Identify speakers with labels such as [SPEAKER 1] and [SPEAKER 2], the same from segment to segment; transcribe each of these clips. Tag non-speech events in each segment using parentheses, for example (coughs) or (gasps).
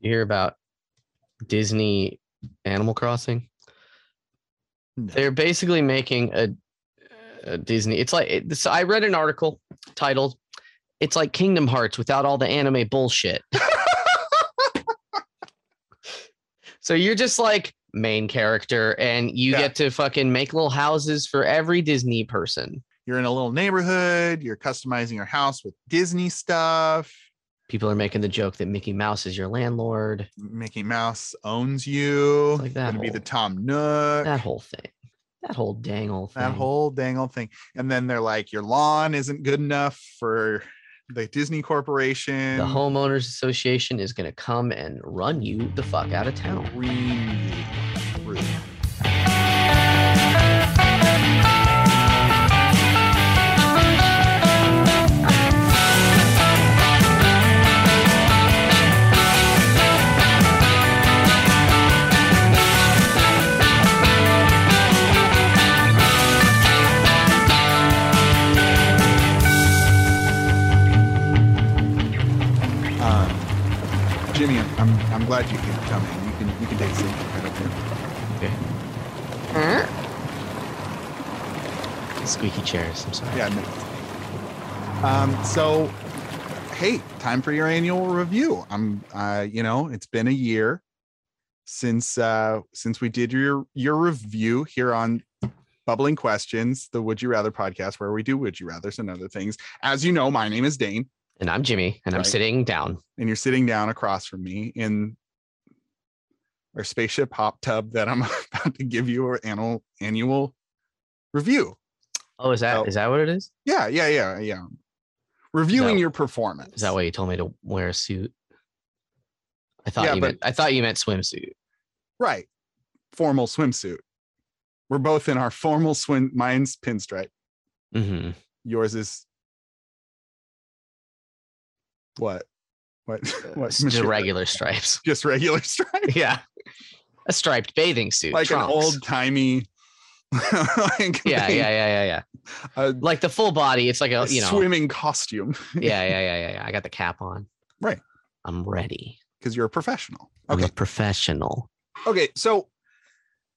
[SPEAKER 1] You hear about Disney Animal Crossing?
[SPEAKER 2] No.
[SPEAKER 1] They're basically making a, a Disney. It's like it, so I read an article titled "It's like Kingdom Hearts without all the anime bullshit." (laughs) so you're just like main character, and you
[SPEAKER 2] Yeah.
[SPEAKER 1] get to fucking make little houses for every Disney person.
[SPEAKER 2] You're in a little neighborhood. You're customizing your house with Disney stuff.
[SPEAKER 1] People are making the joke that Mickey Mouse is your landlord.
[SPEAKER 2] Mickey Mouse owns you.
[SPEAKER 1] It's like that
[SPEAKER 2] Gonna be the
[SPEAKER 1] whole-
[SPEAKER 2] Tom Nook.
[SPEAKER 1] That whole thing. That whole dang old thing.
[SPEAKER 2] that whole dangle thing. And then they're like, your lawn isn't good enough for the Disney Corporation.
[SPEAKER 1] the homeowners association is going to come and run you the fuck out of town.
[SPEAKER 2] Green roof. Um, Jimmy, I'm, I'm glad you could come in. You can you can take a seat right up here.
[SPEAKER 1] Okay. Squeaky chairs. I'm sorry.
[SPEAKER 2] Yeah. No. Um. So, hey, time for your annual review. I'm. Uh. You know, it's been a year since uh since we did your your review here on bubbling questions the would you rather podcast where we do would you rathers and other things as you know my name is dane
[SPEAKER 1] And I'm Jimmy, and I'm
[SPEAKER 2] Right.
[SPEAKER 1] sitting down.
[SPEAKER 2] and you're sitting down across from me in our spaceship hop tub that I'm (laughs) about to give you our annual annual review.
[SPEAKER 1] Oh, is that is
[SPEAKER 2] Oh.
[SPEAKER 1] that what it is?
[SPEAKER 2] Yeah, yeah, yeah, yeah. Reviewing
[SPEAKER 1] No.
[SPEAKER 2] your performance.
[SPEAKER 1] Is that why you told me to wear a suit? I thought
[SPEAKER 2] Yeah,
[SPEAKER 1] you
[SPEAKER 2] but-
[SPEAKER 1] meant I thought you meant swimsuit.
[SPEAKER 2] Right. Formal swimsuit. We're both in our formal swim. Mine's pinstripe.
[SPEAKER 1] hmm
[SPEAKER 2] Uh, Yours is what? What? (laughs) what?
[SPEAKER 1] Uh, Just
[SPEAKER 2] monsieur?
[SPEAKER 1] regular
[SPEAKER 2] (laughs)
[SPEAKER 1] stripes. (laughs)
[SPEAKER 2] Just regular stripe.
[SPEAKER 1] yeah. A striped bathing suit.
[SPEAKER 2] Like
[SPEAKER 1] trunks.
[SPEAKER 2] an old timey. (laughs) like
[SPEAKER 1] Yeah, yeah,
[SPEAKER 2] thing.
[SPEAKER 1] yeah, yeah, yeah.
[SPEAKER 2] (laughs) A
[SPEAKER 1] Like the full body. It's like a
[SPEAKER 2] a
[SPEAKER 1] you know.
[SPEAKER 2] swimming costume (laughs)
[SPEAKER 1] yeah, yeah, yeah, yeah, yeah. I got the cap on.
[SPEAKER 2] Right.
[SPEAKER 1] I'm ready.
[SPEAKER 2] because you're a professional.
[SPEAKER 1] I'm
[SPEAKER 2] Okay.
[SPEAKER 1] a professional.
[SPEAKER 2] Okay. So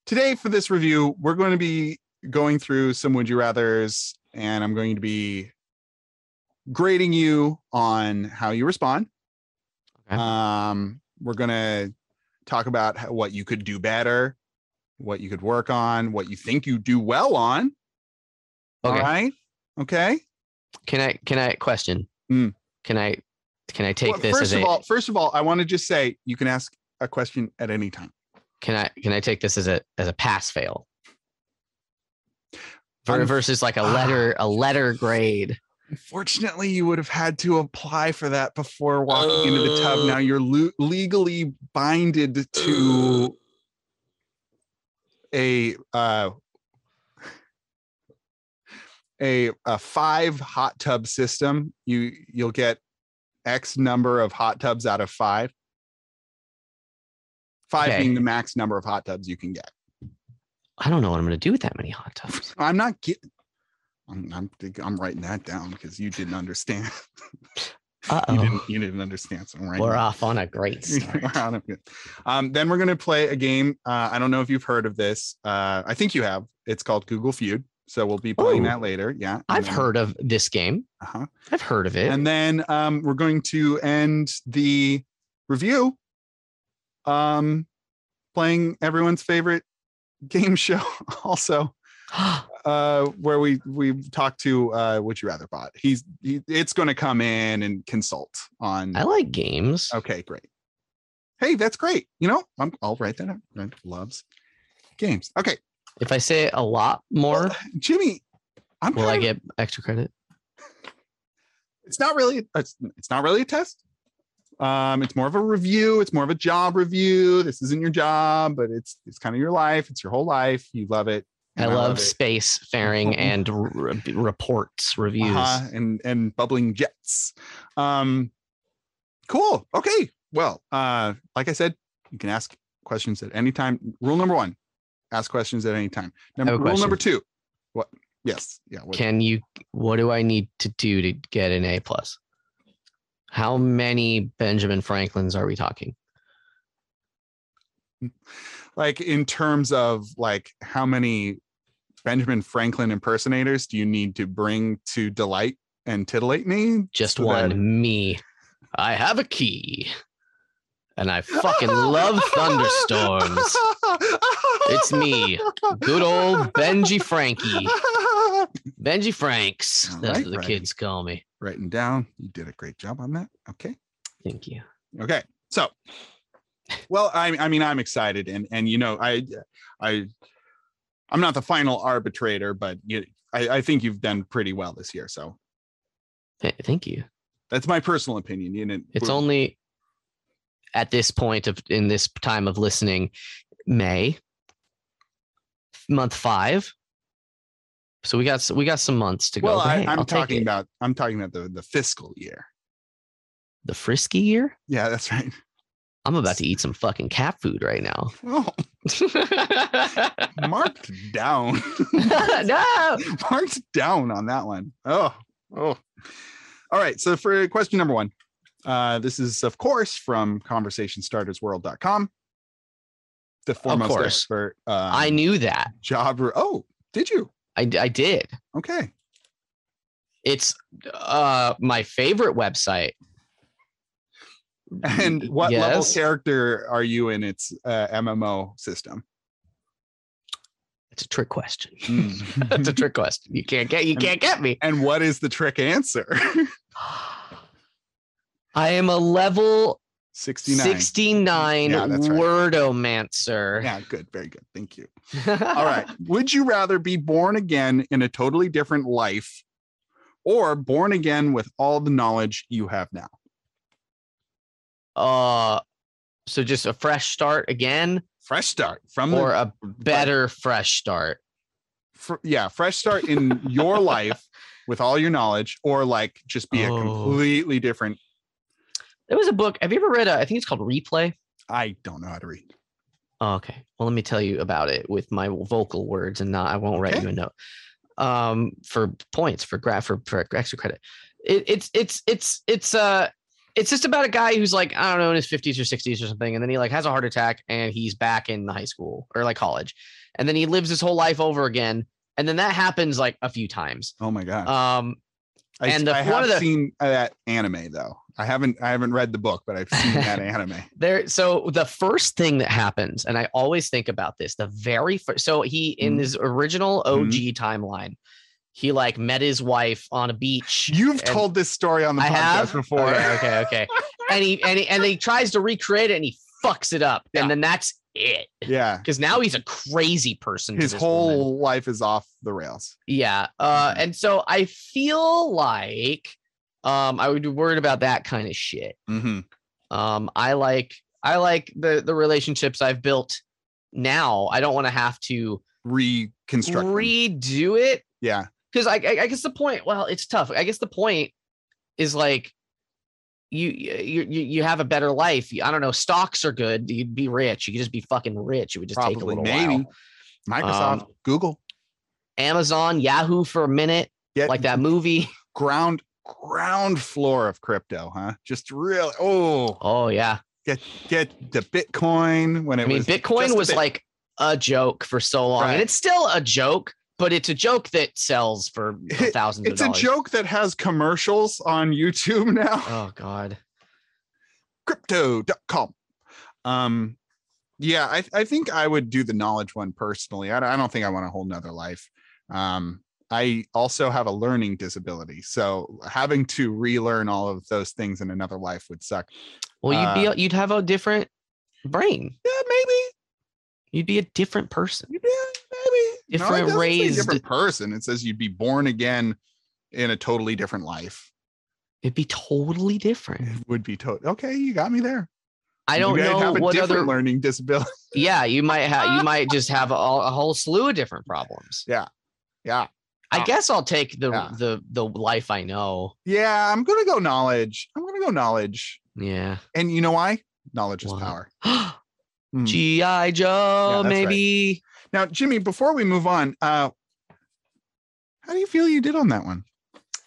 [SPEAKER 2] today for this review, we're going to be going through some would you rather's, and I'm going to be grading you on how you respond.
[SPEAKER 1] Okay.
[SPEAKER 2] Um, we're going to talk about how, what you could do better, what you could work on, what you think you do well on.
[SPEAKER 1] Okay.
[SPEAKER 2] All right. Okay.
[SPEAKER 1] Can I can I question?
[SPEAKER 2] Mm.
[SPEAKER 1] Can I can I take
[SPEAKER 2] Well,
[SPEAKER 1] this
[SPEAKER 2] first
[SPEAKER 1] as
[SPEAKER 2] of
[SPEAKER 1] a
[SPEAKER 2] all, first of all, I want to just say you can ask a question at any time.
[SPEAKER 1] can I can I take this as a as a pass fail?
[SPEAKER 2] Unf-
[SPEAKER 1] versus like a
[SPEAKER 2] Ah.
[SPEAKER 1] letter a letter grade.
[SPEAKER 2] Unfortunately, you would have had to apply for that before walking into the tub.
[SPEAKER 1] Uh.
[SPEAKER 2] Now you're lu- legally binded to a uh, a a five hot tub system. You you'll get X number of hot tubs out of five. Five
[SPEAKER 1] Okay.
[SPEAKER 2] being the max number of hot tubs you can get.
[SPEAKER 1] I don't know what I'm gonna do with that many hot tubs.
[SPEAKER 2] I'm not getting. I'm, I'm I'm writing that down because you didn't understand.
[SPEAKER 1] Uh
[SPEAKER 2] (laughs) you
[SPEAKER 1] oh.
[SPEAKER 2] didn't you didn't understand so I'm right
[SPEAKER 1] We're off on a great start.
[SPEAKER 2] (laughs) We're on it. um then we're going to play a game uh i don't know if you've heard of this uh i think you have it's called google feud so we'll be playing
[SPEAKER 1] Ooh.
[SPEAKER 2] that later yeah and
[SPEAKER 1] I've
[SPEAKER 2] then-
[SPEAKER 1] heard of this game.
[SPEAKER 2] uh-huh.
[SPEAKER 1] I've heard of it.
[SPEAKER 2] and then um we're going to end the review um playing everyone's favorite game show (laughs) also uh where we we talked to uh would you rather bot he's he, it's going to come in and consult on
[SPEAKER 1] (gasps) I like games.
[SPEAKER 2] Okay, great. Hey, that's great. You know, I'm, I'll write that up. Brent loves games. Okay,
[SPEAKER 1] If I say a lot more,
[SPEAKER 2] Jimmy, I'm. (laughs)
[SPEAKER 1] will I
[SPEAKER 2] kind of-
[SPEAKER 1] get extra credit?
[SPEAKER 2] It's not really. It's, it's not really a test. Um, it's more of a review. It's more of a job review. This isn't your job, but it's it's kind of your life. It's your whole life. You love it.
[SPEAKER 1] I
[SPEAKER 2] and
[SPEAKER 1] love,
[SPEAKER 2] it.
[SPEAKER 1] space
[SPEAKER 2] (laughs)
[SPEAKER 1] faring and r- reports reviews.
[SPEAKER 2] Uh-huh, and and bubbling jets. Um, cool. Okay. Well, uh, like I said, you can ask questions at any time. Rule number one: ask questions at any time. Number,
[SPEAKER 1] a
[SPEAKER 2] rule number two: what? Yes. Yeah. What,
[SPEAKER 1] Can you? What do I need to do to get an A plus? How many Benjamin Franklins are we talking?
[SPEAKER 2] like in terms of like how many Benjamin Franklin impersonators do you need to bring to delight and titillate me?
[SPEAKER 1] Just
[SPEAKER 2] So
[SPEAKER 1] one,
[SPEAKER 2] that-
[SPEAKER 1] me. I have a key. And I
[SPEAKER 2] (laughs)
[SPEAKER 1] fucking love thunderstorms. It's me, Good old Benji
[SPEAKER 2] (laughs)
[SPEAKER 1] Frankie. Benji Franks.
[SPEAKER 2] All
[SPEAKER 1] That's
[SPEAKER 2] right,
[SPEAKER 1] what the
[SPEAKER 2] Frankie.
[SPEAKER 1] kids call me.
[SPEAKER 2] Writing down. You did a great job on that. Okay.
[SPEAKER 1] Thank you.
[SPEAKER 2] Okay. So, well, I, I mean, I'm excited, and and you know, I, I, I'm not the final arbitrator, but you, I, I think you've done pretty well this year. So
[SPEAKER 1] Th- thank you.
[SPEAKER 2] that's my personal opinion. You know,
[SPEAKER 1] It's
[SPEAKER 2] we're-
[SPEAKER 1] only at this point of in this time of listening, May, month five. So we got s- we got some months to
[SPEAKER 2] well,
[SPEAKER 1] go. but
[SPEAKER 2] I,
[SPEAKER 1] hey,
[SPEAKER 2] I'm
[SPEAKER 1] I'll take
[SPEAKER 2] talking
[SPEAKER 1] it.
[SPEAKER 2] about I'm talking about the the fiscal year.
[SPEAKER 1] the frisky year.
[SPEAKER 2] Yeah, that's right. (laughs)
[SPEAKER 1] I'm about to eat some fucking cat food right now. (laughs)
[SPEAKER 2] Oh, marked down, (laughs)
[SPEAKER 1] no.
[SPEAKER 2] marked down on that one. Oh, oh. All right. So for question number one, uh, this is of course from conversationstartersworld.com. The foremost
[SPEAKER 1] course.
[SPEAKER 2] expert. Uh,
[SPEAKER 1] I knew that.
[SPEAKER 2] job. Re- oh, did you?
[SPEAKER 1] I, d- I did.
[SPEAKER 2] Okay.
[SPEAKER 1] It's uh my favorite website.
[SPEAKER 2] And what level
[SPEAKER 1] Yes.
[SPEAKER 2] character are you in its uh, MMO system?
[SPEAKER 1] It's a trick question. (laughs) it's a trick question. You can't get you can't get me.
[SPEAKER 2] (laughs) and what is the trick answer? (laughs)
[SPEAKER 1] (gasps) I am a level
[SPEAKER 2] 69.
[SPEAKER 1] 69,
[SPEAKER 2] Yeah, that's right.
[SPEAKER 1] wordomancer.
[SPEAKER 2] Yeah, good. Very good. Thank you. All
[SPEAKER 1] (laughs)
[SPEAKER 2] right. Would you rather be born again in a totally different life or born again with all the knowledge you have now?
[SPEAKER 1] Uh so just a fresh start again
[SPEAKER 2] Fresh start from
[SPEAKER 1] or a
[SPEAKER 2] the
[SPEAKER 1] better fresh start.
[SPEAKER 2] fr- yeah, fresh start in
[SPEAKER 1] (laughs)
[SPEAKER 2] your life with all your knowledge or like just be
[SPEAKER 1] Oh.
[SPEAKER 2] a completely different
[SPEAKER 1] There was a book. Have you ever read a I think it's called Replay?
[SPEAKER 2] I don't know how to read.
[SPEAKER 1] Oh, okay. Well, let me tell you about it with my vocal words and not, I won't write
[SPEAKER 2] Okay.
[SPEAKER 1] you a note. Um, for points for graph for, for extra credit. It, it's, it's, it's, it's, uh, it's just about a guy who's like, I don't know, in his fifties or sixties or something. And then he like has a heart attack and he's back in high school or like college. And then he lives his whole life over again. And then that happens like a few times.
[SPEAKER 2] Oh my god.
[SPEAKER 1] Um,
[SPEAKER 2] I,
[SPEAKER 1] And
[SPEAKER 2] and
[SPEAKER 1] the-
[SPEAKER 2] I
[SPEAKER 1] one
[SPEAKER 2] have
[SPEAKER 1] of the-
[SPEAKER 2] seen uh, that anime though. I haven't I haven't read the book, but
[SPEAKER 1] (laughs)
[SPEAKER 2] I've seen that anime.
[SPEAKER 1] there so the first thing that happens and i always think about this the very first so he in
[SPEAKER 2] Mhm.
[SPEAKER 1] his original og
[SPEAKER 2] Mm-hmm.
[SPEAKER 1] timeline he like met his wife on a beach
[SPEAKER 2] You've
[SPEAKER 1] And-
[SPEAKER 2] told this story on the
[SPEAKER 1] I
[SPEAKER 2] podcast
[SPEAKER 1] have?
[SPEAKER 2] before.
[SPEAKER 1] okay okay, okay. and he and he and he tries to recreate it and he fucks it up
[SPEAKER 2] Yeah.
[SPEAKER 1] and then that's it
[SPEAKER 2] Yeah.
[SPEAKER 1] because now he's a crazy person to
[SPEAKER 2] His
[SPEAKER 1] this woman.
[SPEAKER 2] whole life is off the rails.
[SPEAKER 1] Yeah. Uh,
[SPEAKER 2] Mhm.
[SPEAKER 1] and so I feel like um, I would be worried about that kind of shit.
[SPEAKER 2] Mm-hmm.
[SPEAKER 1] Um, I like I like the the relationships I've built now. I don't want to have to
[SPEAKER 2] Reconstruct. them.
[SPEAKER 1] redo it
[SPEAKER 2] yeah.
[SPEAKER 1] because I, I I guess the point. Well, it's tough. I guess the point is like you you you you have a better life. You- I don't know. Stocks are good. You'd be rich. You could just be fucking rich. It would just take a
[SPEAKER 2] Probably
[SPEAKER 1] little
[SPEAKER 2] maybe.
[SPEAKER 1] while. Um,
[SPEAKER 2] Microsoft, Google,
[SPEAKER 1] Amazon, Yahoo for a minute,
[SPEAKER 2] get
[SPEAKER 1] like that movie. (laughs)
[SPEAKER 2] ground ground floor of crypto, huh? Just really oh
[SPEAKER 1] Oh yeah.
[SPEAKER 2] get the Bitcoin when it
[SPEAKER 1] I mean,
[SPEAKER 2] was
[SPEAKER 1] Bitcoin
[SPEAKER 2] just a
[SPEAKER 1] was
[SPEAKER 2] bit.
[SPEAKER 1] like a joke for so long,
[SPEAKER 2] Right.
[SPEAKER 1] and it's still a joke, but it's a joke that sells for you know, thousands
[SPEAKER 2] (laughs) it's
[SPEAKER 1] of
[SPEAKER 2] a
[SPEAKER 1] dollars.
[SPEAKER 2] joke that has commercials on YouTube (laughs) now.
[SPEAKER 1] Oh God,
[SPEAKER 2] crypto.com. Um, yeah, I, I think I would do the knowledge one personally. I, don't- I don't think I want a whole nother life. Um, I also have a learning disability, so having to relearn all of those things in another life would suck.
[SPEAKER 1] well, you'd
[SPEAKER 2] Uh,
[SPEAKER 1] be you'd have a different brain.
[SPEAKER 2] Yeah, maybe.
[SPEAKER 1] You'd be a different person.
[SPEAKER 2] Yeah, maybe.
[SPEAKER 1] Different
[SPEAKER 2] it doesn't say
[SPEAKER 1] raised-
[SPEAKER 2] different person. It says you'd be born again in a totally different life.
[SPEAKER 1] It'd be totally different.
[SPEAKER 2] It would be total. Okay, you got me there.
[SPEAKER 1] I don't
[SPEAKER 2] Maybe I'd
[SPEAKER 1] know
[SPEAKER 2] Mm-hmm. have a
[SPEAKER 1] what
[SPEAKER 2] different
[SPEAKER 1] other.
[SPEAKER 2] learning disability. (laughs)
[SPEAKER 1] yeah, you might have. You might just have a, a whole slew of different problems.
[SPEAKER 2] Yeah.
[SPEAKER 1] I
[SPEAKER 2] Ah.
[SPEAKER 1] guess I'll take the
[SPEAKER 2] Yeah.
[SPEAKER 1] the the life I know.
[SPEAKER 2] Yeah, I'm gonna go knowledge. I'm gonna go knowledge.
[SPEAKER 1] Yeah. (gasps)
[SPEAKER 2] And you know why? Knowledge is
[SPEAKER 1] Why?
[SPEAKER 2] power. Hmm.
[SPEAKER 1] GI Joe,
[SPEAKER 2] that's right.
[SPEAKER 1] maybe.
[SPEAKER 2] Now, Jimmy, before we move on, uh, how do you feel you did on that one?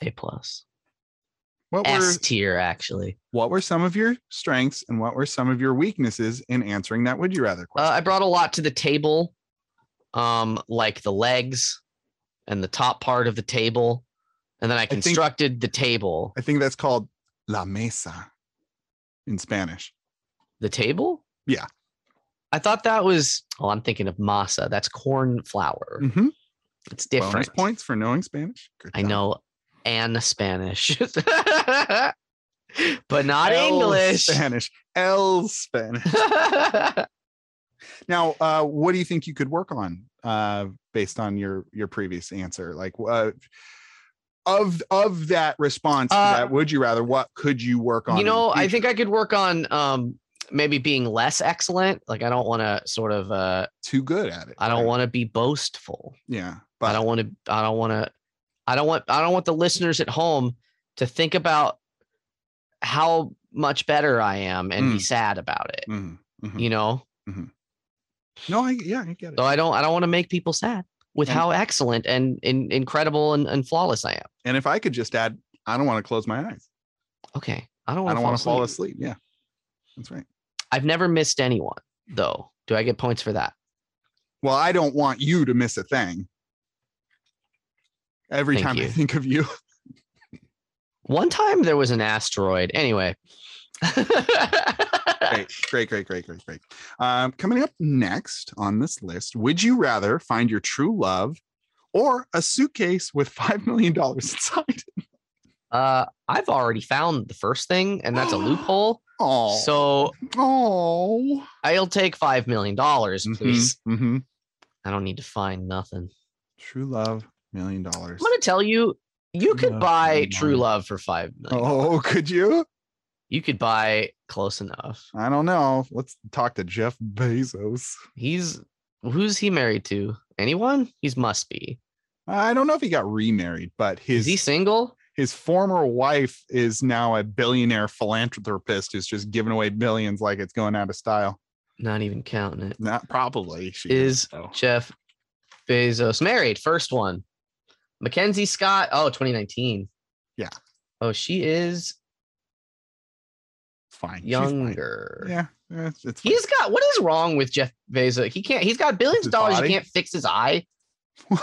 [SPEAKER 1] A plus.
[SPEAKER 2] What were
[SPEAKER 1] S tier actually.
[SPEAKER 2] what were some of your strengths and what were some of your weaknesses in answering that would you rather
[SPEAKER 1] Uh,
[SPEAKER 2] question?
[SPEAKER 1] I brought a lot to the table, um, like the legs and the top part of the table, and then I
[SPEAKER 2] think-
[SPEAKER 1] constructed the table.
[SPEAKER 2] I think that's called la mesa in Spanish.
[SPEAKER 1] The table?
[SPEAKER 2] Yeah.
[SPEAKER 1] I thought that was. Oh, I'm thinking of masa. That's corn flour.
[SPEAKER 2] Mm-hmm.
[SPEAKER 1] It's
[SPEAKER 2] Bonus
[SPEAKER 1] different.
[SPEAKER 2] points for knowing Spanish. Good
[SPEAKER 1] I
[SPEAKER 2] job.
[SPEAKER 1] know, and Spanish, (laughs) but not
[SPEAKER 2] El
[SPEAKER 1] English.
[SPEAKER 2] Spanish. El Spanish. Now, uh, what do you think you could work on uh, based on your your previous answer? Like uh, of of that response, to
[SPEAKER 1] Uh,
[SPEAKER 2] that would you rather? What could you work
[SPEAKER 1] (laughs)
[SPEAKER 2] on?
[SPEAKER 1] you
[SPEAKER 2] in the
[SPEAKER 1] know i
[SPEAKER 2] future?
[SPEAKER 1] think i could work on um maybe being less excellent like i don't want to sort of uh
[SPEAKER 2] too good at it.
[SPEAKER 1] i don't
[SPEAKER 2] right?
[SPEAKER 1] want to be boastful
[SPEAKER 2] Yeah,
[SPEAKER 1] i don't want to i don't want to i don't want i don't want the listeners at home to think about how much better i am and be
[SPEAKER 2] Mm.
[SPEAKER 1] sad about it
[SPEAKER 2] Mhm, mhm.
[SPEAKER 1] you know
[SPEAKER 2] No, I yeah, I get it.
[SPEAKER 1] so i don't i don't want to make people sad with
[SPEAKER 2] And-
[SPEAKER 1] how excellent and, and incredible and, and flawless i am
[SPEAKER 2] And if I could just add, I don't want to close my eyes.
[SPEAKER 1] okay i don't
[SPEAKER 2] I
[SPEAKER 1] want
[SPEAKER 2] don't
[SPEAKER 1] to
[SPEAKER 2] want to fall
[SPEAKER 1] fall asleep
[SPEAKER 2] asleep. Yeah, that's right.
[SPEAKER 1] i've never missed anyone though do i get points for that
[SPEAKER 2] Well, I don't want you to miss a thing. Every
[SPEAKER 1] Thank
[SPEAKER 2] time I
[SPEAKER 1] you.
[SPEAKER 2] think of you,
[SPEAKER 1] One time there was an asteroid. Anyway. (laughs)
[SPEAKER 2] great, great, great, great, great, great. Um, coming up next on this list, would you rather find your true love or a suitcase with five million dollars inside? (laughs)
[SPEAKER 1] uh, I've already found the first thing, and
[SPEAKER 2] (gasps)
[SPEAKER 1] that's a loophole.
[SPEAKER 2] Oh,
[SPEAKER 1] So
[SPEAKER 2] oh,
[SPEAKER 1] I'll take $5 million, dollars, please.
[SPEAKER 2] hmm
[SPEAKER 1] I don't need to find nothing.
[SPEAKER 2] True love, million dollars.
[SPEAKER 1] I'm going to tell you, you
[SPEAKER 2] True
[SPEAKER 1] could
[SPEAKER 2] love,
[SPEAKER 1] buy
[SPEAKER 2] million
[SPEAKER 1] True
[SPEAKER 2] dollars.
[SPEAKER 1] Love for $5 million.
[SPEAKER 2] Oh, could you?
[SPEAKER 1] You could buy Close Enough.
[SPEAKER 2] I don't know. Let's talk to Jeff Bezos.
[SPEAKER 1] He's, who's he married to? Anyone? He's must be.
[SPEAKER 2] I don't know if he got remarried, but
[SPEAKER 1] Is
[SPEAKER 2] his
[SPEAKER 1] he single?
[SPEAKER 2] his former wife is now a billionaire philanthropist who's just giving away billions like it's going out of style.
[SPEAKER 1] Not even counting it.
[SPEAKER 2] Not probably she
[SPEAKER 1] Is
[SPEAKER 2] though.
[SPEAKER 1] Jeff Bezos married? First one. Mackenzie Scott. Oh, 2019.
[SPEAKER 2] Yeah.
[SPEAKER 1] Oh, she is
[SPEAKER 2] fine. She's fine.
[SPEAKER 1] younger.
[SPEAKER 2] Yeah, it's, it's fine.
[SPEAKER 1] He's got what is wrong with Jeff Bezos? He can't, he's got billions
[SPEAKER 2] His
[SPEAKER 1] of dollars.
[SPEAKER 2] body?
[SPEAKER 1] He can't fix his eye.
[SPEAKER 2] (laughs)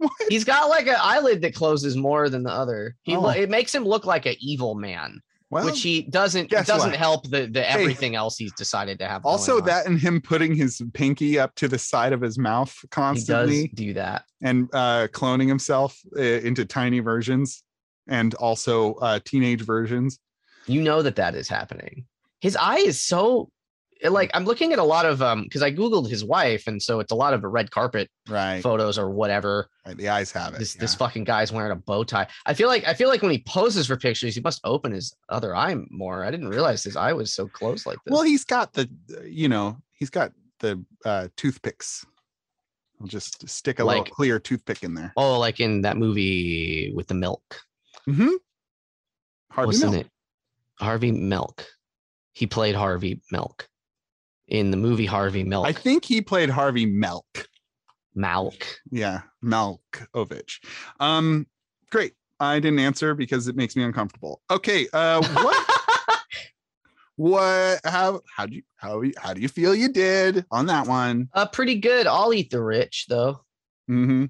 [SPEAKER 2] What?
[SPEAKER 1] He's got like an eyelid that closes more than the other. He lo-
[SPEAKER 2] Oh.
[SPEAKER 1] it makes him look like an evil man,
[SPEAKER 2] well,
[SPEAKER 1] which he doesn't
[SPEAKER 2] guess
[SPEAKER 1] doesn't
[SPEAKER 2] what?
[SPEAKER 1] help the, the everything else he's decided to have. going
[SPEAKER 2] also
[SPEAKER 1] on.
[SPEAKER 2] that and him putting his pinky up to the side of his mouth
[SPEAKER 1] he does
[SPEAKER 2] constantly
[SPEAKER 1] do that.
[SPEAKER 2] and uh, cloning himself uh, into tiny versions and also uh, teenage versions.
[SPEAKER 1] you know that that is happening his eye is so like i'm looking at a lot of um because i googled his wife and so it's a lot of red carpet
[SPEAKER 2] Right.
[SPEAKER 1] photos or whatever
[SPEAKER 2] right. The eyes have it.
[SPEAKER 1] this
[SPEAKER 2] yeah.
[SPEAKER 1] this fucking guy's wearing a bow tie i feel like i feel like when he poses for pictures he must open his other eye more i didn't realize his eye was so close like this
[SPEAKER 2] Well, he's got the, you know, he's got the uh, toothpicks. I'll just stick a
[SPEAKER 1] Like-
[SPEAKER 2] little clear toothpick in there.
[SPEAKER 1] oh like in that movie with the milk
[SPEAKER 2] Mm-hmm. Harvey
[SPEAKER 1] wasn't
[SPEAKER 2] Milk.
[SPEAKER 1] it harvey milk he played harvey milk in the movie harvey milk
[SPEAKER 2] I think he played Harvey Milk.
[SPEAKER 1] malk
[SPEAKER 2] Yeah, Malkovich. Um, great. I didn't answer because it makes me uncomfortable. Okay.
[SPEAKER 1] (laughs)
[SPEAKER 2] Uh, what? what? How? How do you? How? you- How do you feel you did on that one?
[SPEAKER 1] uh pretty good i'll eat the rich though
[SPEAKER 2] Mm-hmm.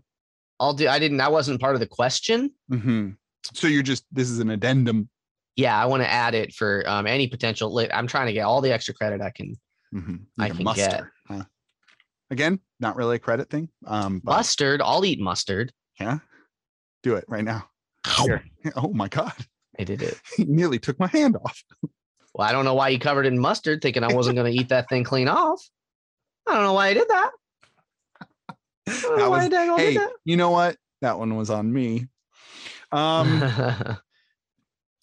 [SPEAKER 1] I'll do. I didn't. That wasn't part of the question.
[SPEAKER 2] Mm-hmm. So you're just. This is an addendum.
[SPEAKER 1] Yeah, I want to add it for um, any potential. Li- I'm trying to get all the extra credit I can
[SPEAKER 2] Mm-hmm.
[SPEAKER 1] I can get.
[SPEAKER 2] Huh? Again, not really a credit thing. Um, but
[SPEAKER 1] mustard. I'll eat mustard.
[SPEAKER 2] yeah, do it right now. (laughs)
[SPEAKER 1] I
[SPEAKER 2] Here. Oh my God! (laughs)
[SPEAKER 1] did it.
[SPEAKER 2] He nearly took my hand off.
[SPEAKER 1] Well, I don't know why you covered it in mustard, thinking I wasn't going to eat that thing clean off. I don't know why I did that. Oh, I don't
[SPEAKER 2] That
[SPEAKER 1] know why
[SPEAKER 2] was-
[SPEAKER 1] I dang well
[SPEAKER 2] hey,
[SPEAKER 1] did that.
[SPEAKER 2] you know what? That one was on me. Um.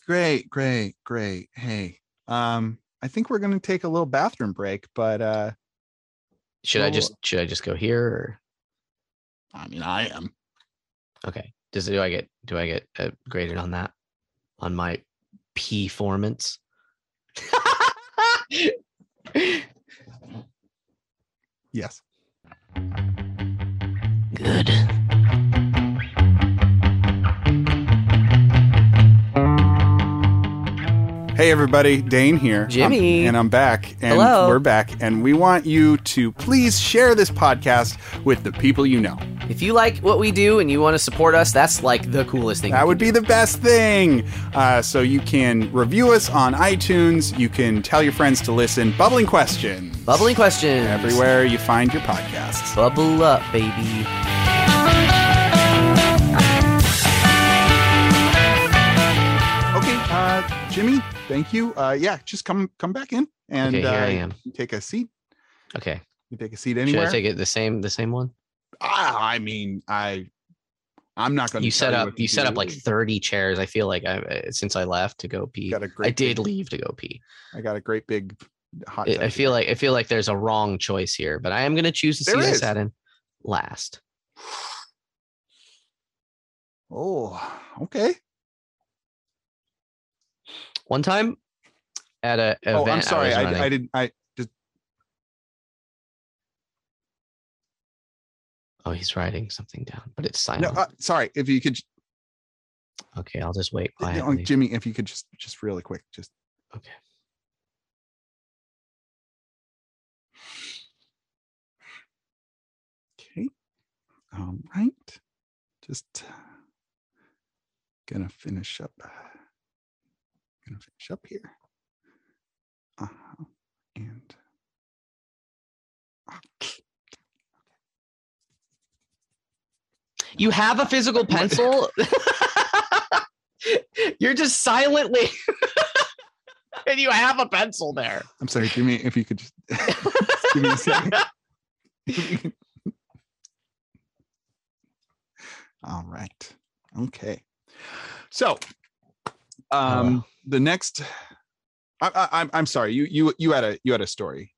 [SPEAKER 2] great great great hey um i think we're going to take a little bathroom break but uh
[SPEAKER 1] (laughs) should I
[SPEAKER 2] well-
[SPEAKER 1] just should I just go here?
[SPEAKER 2] i mean i am
[SPEAKER 1] Or, okay. Does do I get do I get uh, graded on that on my
[SPEAKER 2] (laughs)
[SPEAKER 1] performance?
[SPEAKER 2] yes
[SPEAKER 1] Good.
[SPEAKER 2] Hey everybody, Dane here. I'm-
[SPEAKER 1] Jimmy.
[SPEAKER 2] and I'm back. And
[SPEAKER 3] Hello.
[SPEAKER 2] we're back. And we want you to please share this podcast with the people you know.
[SPEAKER 1] If you like what we do and you want to support us, that's like the coolest thing.
[SPEAKER 2] That would be the best thing. Uh, so you can review us on iTunes. You can tell your friends to listen. Bubbling questions.
[SPEAKER 1] Bubbling questions.
[SPEAKER 2] Everywhere you find your podcasts.
[SPEAKER 1] Bubble up, baby.
[SPEAKER 2] Okay, uh, Jimmy, thank you. Uh, yeah, just come come back in and
[SPEAKER 1] okay, here I
[SPEAKER 2] uh,
[SPEAKER 1] am.
[SPEAKER 2] you take a seat.
[SPEAKER 1] Okay.
[SPEAKER 2] You take a seat
[SPEAKER 1] Should
[SPEAKER 2] anywhere.
[SPEAKER 1] I take it the same the same one?
[SPEAKER 2] ah, I mean, I I'm not going to
[SPEAKER 1] You set up you set up like 30 chairs. I feel like I uh, since I left to go pee.
[SPEAKER 2] got a
[SPEAKER 1] I
[SPEAKER 2] great
[SPEAKER 1] did
[SPEAKER 2] big-
[SPEAKER 1] leave to go pee.
[SPEAKER 2] I got a great big hot
[SPEAKER 1] I I
[SPEAKER 2] tub.
[SPEAKER 1] feel like I feel like there's a wrong choice here, but I am gonna choose the
[SPEAKER 2] There
[SPEAKER 1] seat I
[SPEAKER 2] is.
[SPEAKER 1] sat in last.
[SPEAKER 2] Oh, okay.
[SPEAKER 1] One time at a event.
[SPEAKER 2] Oh, I'm sorry.
[SPEAKER 1] was
[SPEAKER 2] I,
[SPEAKER 1] running-
[SPEAKER 2] I, didn't. I just
[SPEAKER 1] oh, he's writing something down, but it's
[SPEAKER 2] no.
[SPEAKER 1] silent.
[SPEAKER 2] Uh, sorry. If you could, j-
[SPEAKER 1] okay, I'll just wait
[SPEAKER 2] no,
[SPEAKER 1] quietly.
[SPEAKER 2] Jimmy, if you could just, just really quick, just
[SPEAKER 1] Okay.
[SPEAKER 2] okay. All right. Just uh, gonna finish up. Gonna finish up here. Uh huh. And.
[SPEAKER 1] You have a physical
[SPEAKER 2] (laughs)
[SPEAKER 1] pencil? (laughs) You're just silently (laughs) and you have a pencil there.
[SPEAKER 2] I'm sorry, give me if you could just, just give me a second. All right. Okay. So um
[SPEAKER 1] well.
[SPEAKER 2] the next I, I I'm I'm sorry, you you you had a you had a story.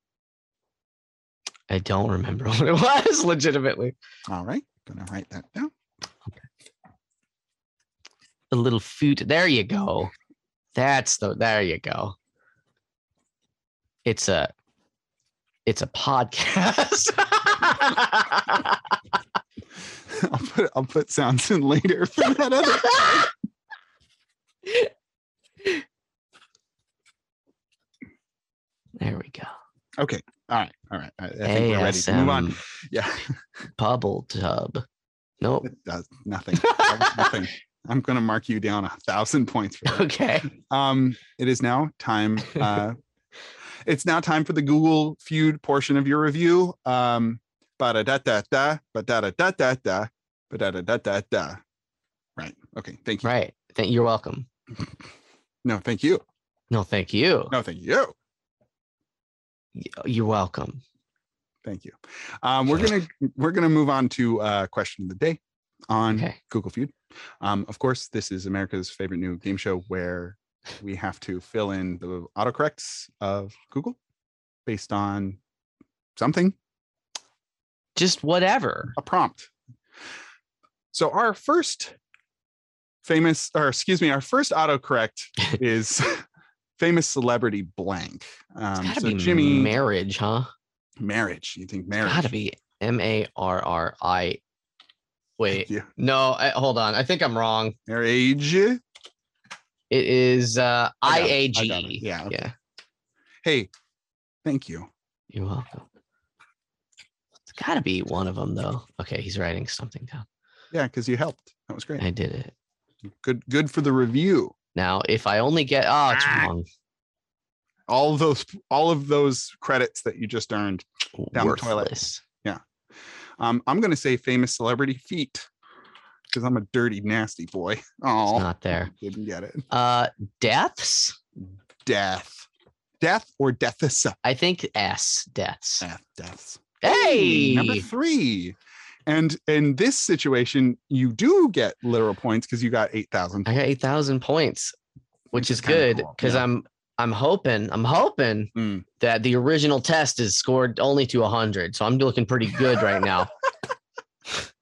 [SPEAKER 1] (laughs) I don't remember what it was (laughs) legitimately.
[SPEAKER 2] All right, gonna write that down. (laughs)
[SPEAKER 1] A little food. There you go. That's the there you go. It's a it's a podcast. (laughs)
[SPEAKER 2] I'll put I'll put sounds in later for that other
[SPEAKER 1] there we go.
[SPEAKER 2] Okay. All right. All right. I, I think we're ready to move on.
[SPEAKER 1] ASM
[SPEAKER 2] Yeah. (laughs)
[SPEAKER 1] Bubble tub. Nope. (laughs)
[SPEAKER 2] It does nothing. That was nothing. I'm gonna mark you down a thousand points for that.
[SPEAKER 1] Okay.
[SPEAKER 2] um it is now time
[SPEAKER 1] (laughs)
[SPEAKER 2] uh it's now time for the google feud portion of your review um da da da da da da da da da da da da da da right okay thank you
[SPEAKER 1] Right. Thank you're welcome.
[SPEAKER 2] no thank you
[SPEAKER 1] No, thank you.
[SPEAKER 2] no thank you
[SPEAKER 1] You're welcome.
[SPEAKER 2] thank you um we're gonna we're gonna move on to uh question of the day on
[SPEAKER 1] Okay.
[SPEAKER 2] Google Feud. Um, of course, this is America's favorite new game show where we have to fill in the autocorrects of Google based on something,
[SPEAKER 1] Just whatever.
[SPEAKER 2] a prompt. So our first famous, or excuse me, our
[SPEAKER 1] (laughs)
[SPEAKER 2] first autocorrect is famous celebrity blank.
[SPEAKER 1] It's
[SPEAKER 2] Um,
[SPEAKER 1] gotta
[SPEAKER 2] so
[SPEAKER 1] be
[SPEAKER 2] Jimmy,
[SPEAKER 1] marriage, huh?
[SPEAKER 2] marriage. You think marriage?
[SPEAKER 1] Gotta be M A R R I. Wait,
[SPEAKER 2] Yeah,
[SPEAKER 1] no, I, hold on. I think I'm wrong.
[SPEAKER 2] marriage.
[SPEAKER 1] It is uh,
[SPEAKER 2] I
[SPEAKER 1] I
[SPEAKER 2] got it.
[SPEAKER 1] A
[SPEAKER 2] I got it.
[SPEAKER 1] G.
[SPEAKER 2] Yeah, okay.
[SPEAKER 1] yeah.
[SPEAKER 2] Hey, thank you.
[SPEAKER 1] You're welcome. It's gotta be one of them though. Okay, he's writing something down.
[SPEAKER 2] Yeah, because you helped. That was great.
[SPEAKER 1] I did it.
[SPEAKER 2] Good, good for the review.
[SPEAKER 1] Now, if I only get oh, it's
[SPEAKER 2] Ah,
[SPEAKER 1] wrong.
[SPEAKER 2] all of those all of those credits that you just earned. down the toilet.
[SPEAKER 1] Worthless.
[SPEAKER 2] Um, I'm gonna say famous celebrity feet because I'm a dirty nasty boy.
[SPEAKER 1] It's
[SPEAKER 2] Oh,
[SPEAKER 1] not there.
[SPEAKER 2] didn't get it.
[SPEAKER 1] Uh, deaths.
[SPEAKER 2] Death, death or deaths.
[SPEAKER 1] I think S deaths.
[SPEAKER 2] Death, deaths.
[SPEAKER 1] Hey,
[SPEAKER 2] number three. And in this situation, you do get literal points because you got eight thousand. (laughs)
[SPEAKER 1] I got eight thousand points, which,
[SPEAKER 2] Which
[SPEAKER 1] is
[SPEAKER 2] is kinda
[SPEAKER 1] good
[SPEAKER 2] cool,
[SPEAKER 1] because
[SPEAKER 2] yeah.
[SPEAKER 1] I'm I'm hoping I'm hoping
[SPEAKER 2] Mm.
[SPEAKER 1] that the original test is scored only to hundred, so I'm looking pretty good right
[SPEAKER 2] (laughs)
[SPEAKER 1] now. (laughs)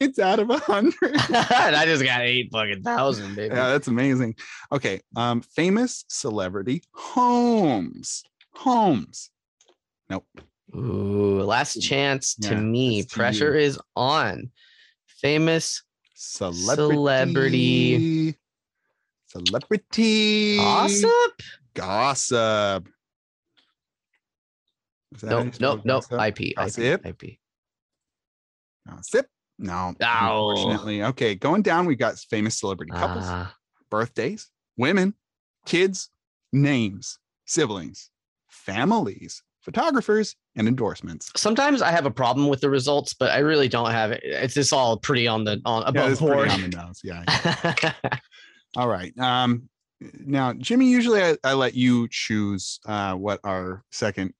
[SPEAKER 2] It's out of a
[SPEAKER 1] (laughs)
[SPEAKER 2] hundred.
[SPEAKER 1] and I just got eight fucking thousand, baby.
[SPEAKER 2] Yeah, that's amazing. Okay, um, famous celebrity homes. Homes.
[SPEAKER 1] Ooh, last chance to
[SPEAKER 2] Yeah,
[SPEAKER 1] me.
[SPEAKER 2] it's to you.
[SPEAKER 1] Pressure is on. Famous
[SPEAKER 2] Celebrity.
[SPEAKER 1] Celebrity
[SPEAKER 2] Celebrity
[SPEAKER 1] Gossip?
[SPEAKER 2] Gossip. Is that how you
[SPEAKER 1] Nope,
[SPEAKER 2] spell
[SPEAKER 1] nope, nope.
[SPEAKER 2] gossip?
[SPEAKER 1] IP, IP,
[SPEAKER 2] Gossip?
[SPEAKER 1] IP.
[SPEAKER 2] Gossip? No.
[SPEAKER 1] Ow.
[SPEAKER 2] Unfortunately. Okay, going down, we've got famous celebrity couples,
[SPEAKER 1] Ah,
[SPEAKER 2] birthdays, women, kids, names, siblings, families, photographers, and endorsements.
[SPEAKER 1] sometimes I have a problem with the results, but I really don't have it. It's just all pretty on the on
[SPEAKER 2] Yeah,
[SPEAKER 1] above
[SPEAKER 2] that's pretty
[SPEAKER 1] board. (laughs)
[SPEAKER 2] on the nose. Yeah. All right. Um, now, Jimmy, usually I, I let you choose uh, what our second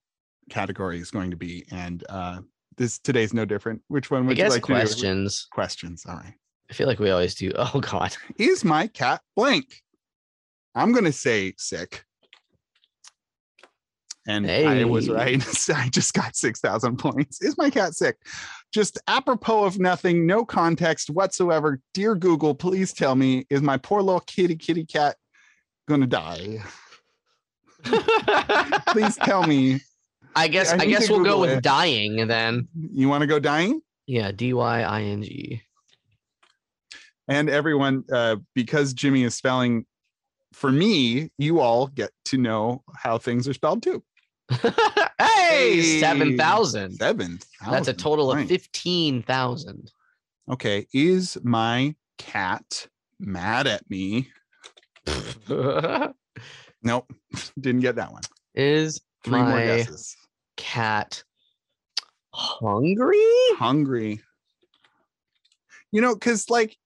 [SPEAKER 2] category is going to be, and uh, this today's no different. Which one
[SPEAKER 1] I
[SPEAKER 2] would you
[SPEAKER 1] guess
[SPEAKER 2] like to
[SPEAKER 1] questions.
[SPEAKER 2] do? Questions. All right.
[SPEAKER 1] I feel like we always do. (laughs) Oh God.
[SPEAKER 2] (laughs) Is my cat blank? I'm going to say sick. And I was
[SPEAKER 1] Hey.
[SPEAKER 2] right. (laughs) I just got 6,000 points. Is my cat sick? Just apropos of nothing, no context whatsoever. Dear Google, please tell me, is my poor little kitty, kitty cat going to die? Please tell me. (laughs)
[SPEAKER 1] I guess
[SPEAKER 2] I
[SPEAKER 1] I,
[SPEAKER 2] need
[SPEAKER 1] guess
[SPEAKER 2] to
[SPEAKER 1] we'll go
[SPEAKER 2] Google
[SPEAKER 1] with
[SPEAKER 2] it.
[SPEAKER 1] dying then.
[SPEAKER 2] You want to go dying?
[SPEAKER 1] Yeah, D Y I N G. (laughs)
[SPEAKER 2] And everyone, uh, because Jimmy is spelling for me, you all get to know how things are spelled too.
[SPEAKER 1] hey,
[SPEAKER 2] Hey.
[SPEAKER 1] seven thousand.
[SPEAKER 2] Seven.
[SPEAKER 1] That's a total of
[SPEAKER 2] fifty.
[SPEAKER 1] fifteen thousand. (laughs)
[SPEAKER 2] Okay, is my cat mad at me? Nope, (laughs) didn't get that one.
[SPEAKER 1] Is
[SPEAKER 2] Three more
[SPEAKER 1] My-
[SPEAKER 2] guesses.
[SPEAKER 1] cat hungry?
[SPEAKER 2] Hungry. You know, because like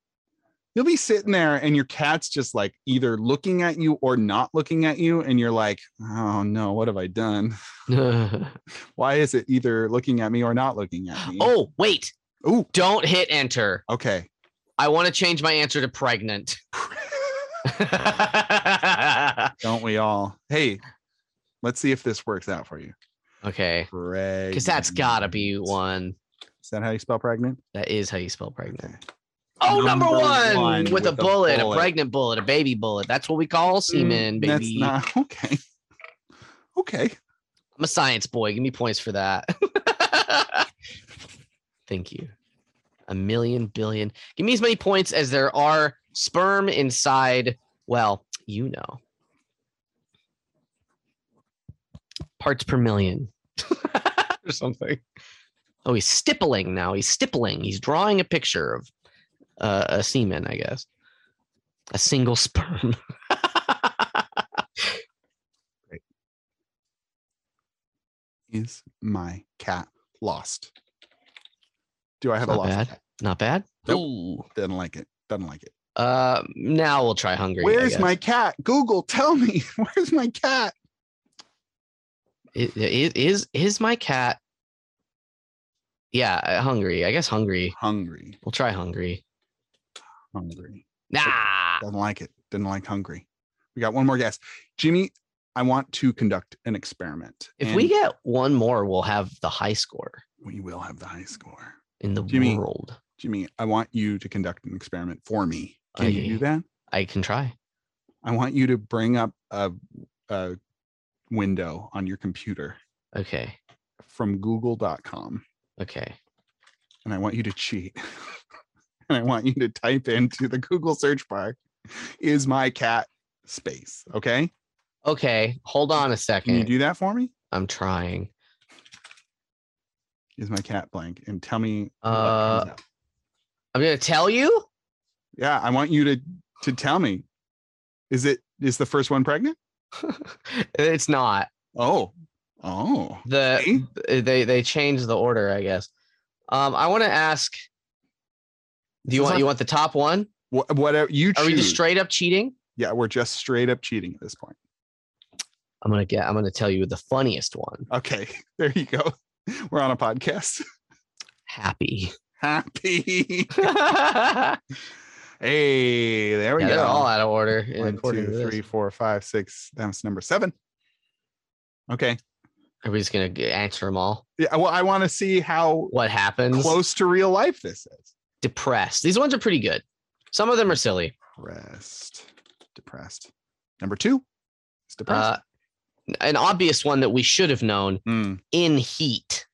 [SPEAKER 2] you'll be sitting there and your cat's just like either looking at you or not looking at you, and you're like, oh no, what have I done?
[SPEAKER 1] oh,
[SPEAKER 2] Why is it either looking at me or not looking at me?
[SPEAKER 1] Oh, wait.
[SPEAKER 2] Ooh.
[SPEAKER 1] Don't hit enter.
[SPEAKER 2] okay. (laughs)
[SPEAKER 1] I want to change my answer to pregnant. (laughs)
[SPEAKER 2] Don't we all? Hey, let's see if this works out for you.
[SPEAKER 1] okay.
[SPEAKER 2] Because
[SPEAKER 1] Because that's got to be one.
[SPEAKER 2] Is that how you spell pregnant?
[SPEAKER 1] That is how you spell pregnant.
[SPEAKER 2] Okay.
[SPEAKER 1] Oh, number,
[SPEAKER 2] Number
[SPEAKER 1] one,
[SPEAKER 2] one
[SPEAKER 1] with,
[SPEAKER 2] with
[SPEAKER 1] a
[SPEAKER 2] a
[SPEAKER 1] bullet, a
[SPEAKER 2] bullet.
[SPEAKER 1] pregnant bullet, a baby bullet. That's what we call semen,
[SPEAKER 2] Mm,
[SPEAKER 1] baby.
[SPEAKER 2] That's not (laughs) okay. Okay.
[SPEAKER 1] I'm a science boy. Give me points for that. (laughs) Thank you. A million billion. Give me as many points as there are sperm inside. Well, you know. Parts per million (laughs) or something. Oh, he's stippling now. He's stippling. He's drawing a picture of uh, a semen, I guess. A single sperm. (laughs)
[SPEAKER 2] Is my cat lost? Do I have a
[SPEAKER 1] Not
[SPEAKER 2] lost
[SPEAKER 1] bad.
[SPEAKER 2] cat?
[SPEAKER 1] Not bad.
[SPEAKER 2] Nope.
[SPEAKER 1] Ooh.
[SPEAKER 2] Doesn't like it. Doesn't like it.
[SPEAKER 1] Uh, now we'll try hungry. I
[SPEAKER 2] Where's
[SPEAKER 1] guess.
[SPEAKER 2] my cat? Google, tell me. (laughs) Where's my cat?
[SPEAKER 1] I- i- is is my cat yeah uh, hungry i guess hungry
[SPEAKER 2] Hungry.
[SPEAKER 1] we'll try hungry
[SPEAKER 2] Hungry.
[SPEAKER 1] nah
[SPEAKER 2] Doesn't like it. Doesn't like hungry. We got one more guess. Jimmy, I want to conduct an experiment.
[SPEAKER 1] if we
[SPEAKER 2] and
[SPEAKER 1] get one more we'll have the high score
[SPEAKER 2] we will have the high score.
[SPEAKER 1] in the
[SPEAKER 2] Jimmy.
[SPEAKER 1] world
[SPEAKER 2] Jimmy, I want you to conduct an experiment for me. Can you
[SPEAKER 1] Aye.
[SPEAKER 2] do that?
[SPEAKER 1] i can try
[SPEAKER 2] I want you to bring up a, a window on your computer
[SPEAKER 1] okay
[SPEAKER 2] from google.com
[SPEAKER 1] okay
[SPEAKER 2] and I want you to cheat. (laughs) and I want you to type into the Google search bar, is my cat space? Okay.
[SPEAKER 1] okay hold on a
[SPEAKER 2] Can you
[SPEAKER 1] second
[SPEAKER 2] do that for me?
[SPEAKER 1] i'm trying
[SPEAKER 2] Is my cat blank? And tell me. what
[SPEAKER 1] Uh,
[SPEAKER 2] comes up.
[SPEAKER 1] i'm gonna tell you (laughs)
[SPEAKER 2] yeah. I want you to to tell me. Is it is the first one pregnant?
[SPEAKER 1] it's not
[SPEAKER 2] Oh. Oh.
[SPEAKER 1] the
[SPEAKER 2] See?
[SPEAKER 1] they they changed the order i guess um i want to ask do you
[SPEAKER 2] This is
[SPEAKER 1] want
[SPEAKER 2] our-
[SPEAKER 1] you want the top one
[SPEAKER 2] Wha- whatever you choose.
[SPEAKER 1] are we just straight up cheating
[SPEAKER 2] yeah, we're just straight up cheating at this point.
[SPEAKER 1] I'm gonna get. I'm gonna tell you the funniest one.
[SPEAKER 2] Okay, (laughs) there you go. We're on a podcast. (laughs)
[SPEAKER 1] Happy.
[SPEAKER 2] Happy.
[SPEAKER 1] yeah,
[SPEAKER 2] Hey, there we
[SPEAKER 1] they're
[SPEAKER 2] go.
[SPEAKER 1] all out of order. in
[SPEAKER 2] One,
[SPEAKER 1] according to
[SPEAKER 2] two,
[SPEAKER 1] this.
[SPEAKER 2] three, four, five, six. That's number seven. Okay.
[SPEAKER 1] Are we just gonna g- answer them all?
[SPEAKER 2] Yeah. Well, I want to see how
[SPEAKER 1] What happens?
[SPEAKER 2] close to real life this is.
[SPEAKER 1] Depressed. These ones are pretty good. Some of them are silly.
[SPEAKER 2] Depressed. Depressed. Number two. It's
[SPEAKER 1] Uh,
[SPEAKER 2] depressed. Hmm,
[SPEAKER 1] an obvious one that we should have known
[SPEAKER 2] Mm,
[SPEAKER 1] in heat.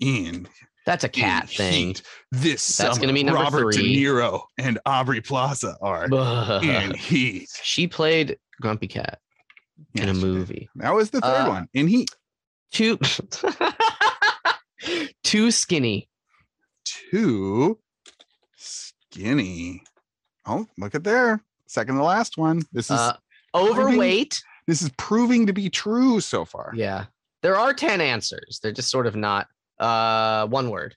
[SPEAKER 2] in
[SPEAKER 1] That's a cat
[SPEAKER 2] in
[SPEAKER 1] thing.
[SPEAKER 2] Heat This
[SPEAKER 1] That's
[SPEAKER 2] summer,
[SPEAKER 1] gonna be number
[SPEAKER 2] Robert
[SPEAKER 1] three.
[SPEAKER 2] De Niro and Aubrey Plaza are (laughs) in
[SPEAKER 1] Ugh.
[SPEAKER 2] Heat.
[SPEAKER 1] she played Grumpy Cat in a
[SPEAKER 2] Yes, she did.
[SPEAKER 1] movie.
[SPEAKER 2] That was the third
[SPEAKER 1] Uh,
[SPEAKER 2] one in Heat.
[SPEAKER 1] Too (laughs) too skinny.
[SPEAKER 2] Two, skinny. Oh, look at there. Second to last one. This is
[SPEAKER 1] Uh, overweight.
[SPEAKER 2] this is proving to be true so far.
[SPEAKER 1] Yeah. There are 10 answers. They're just sort of not uh one word.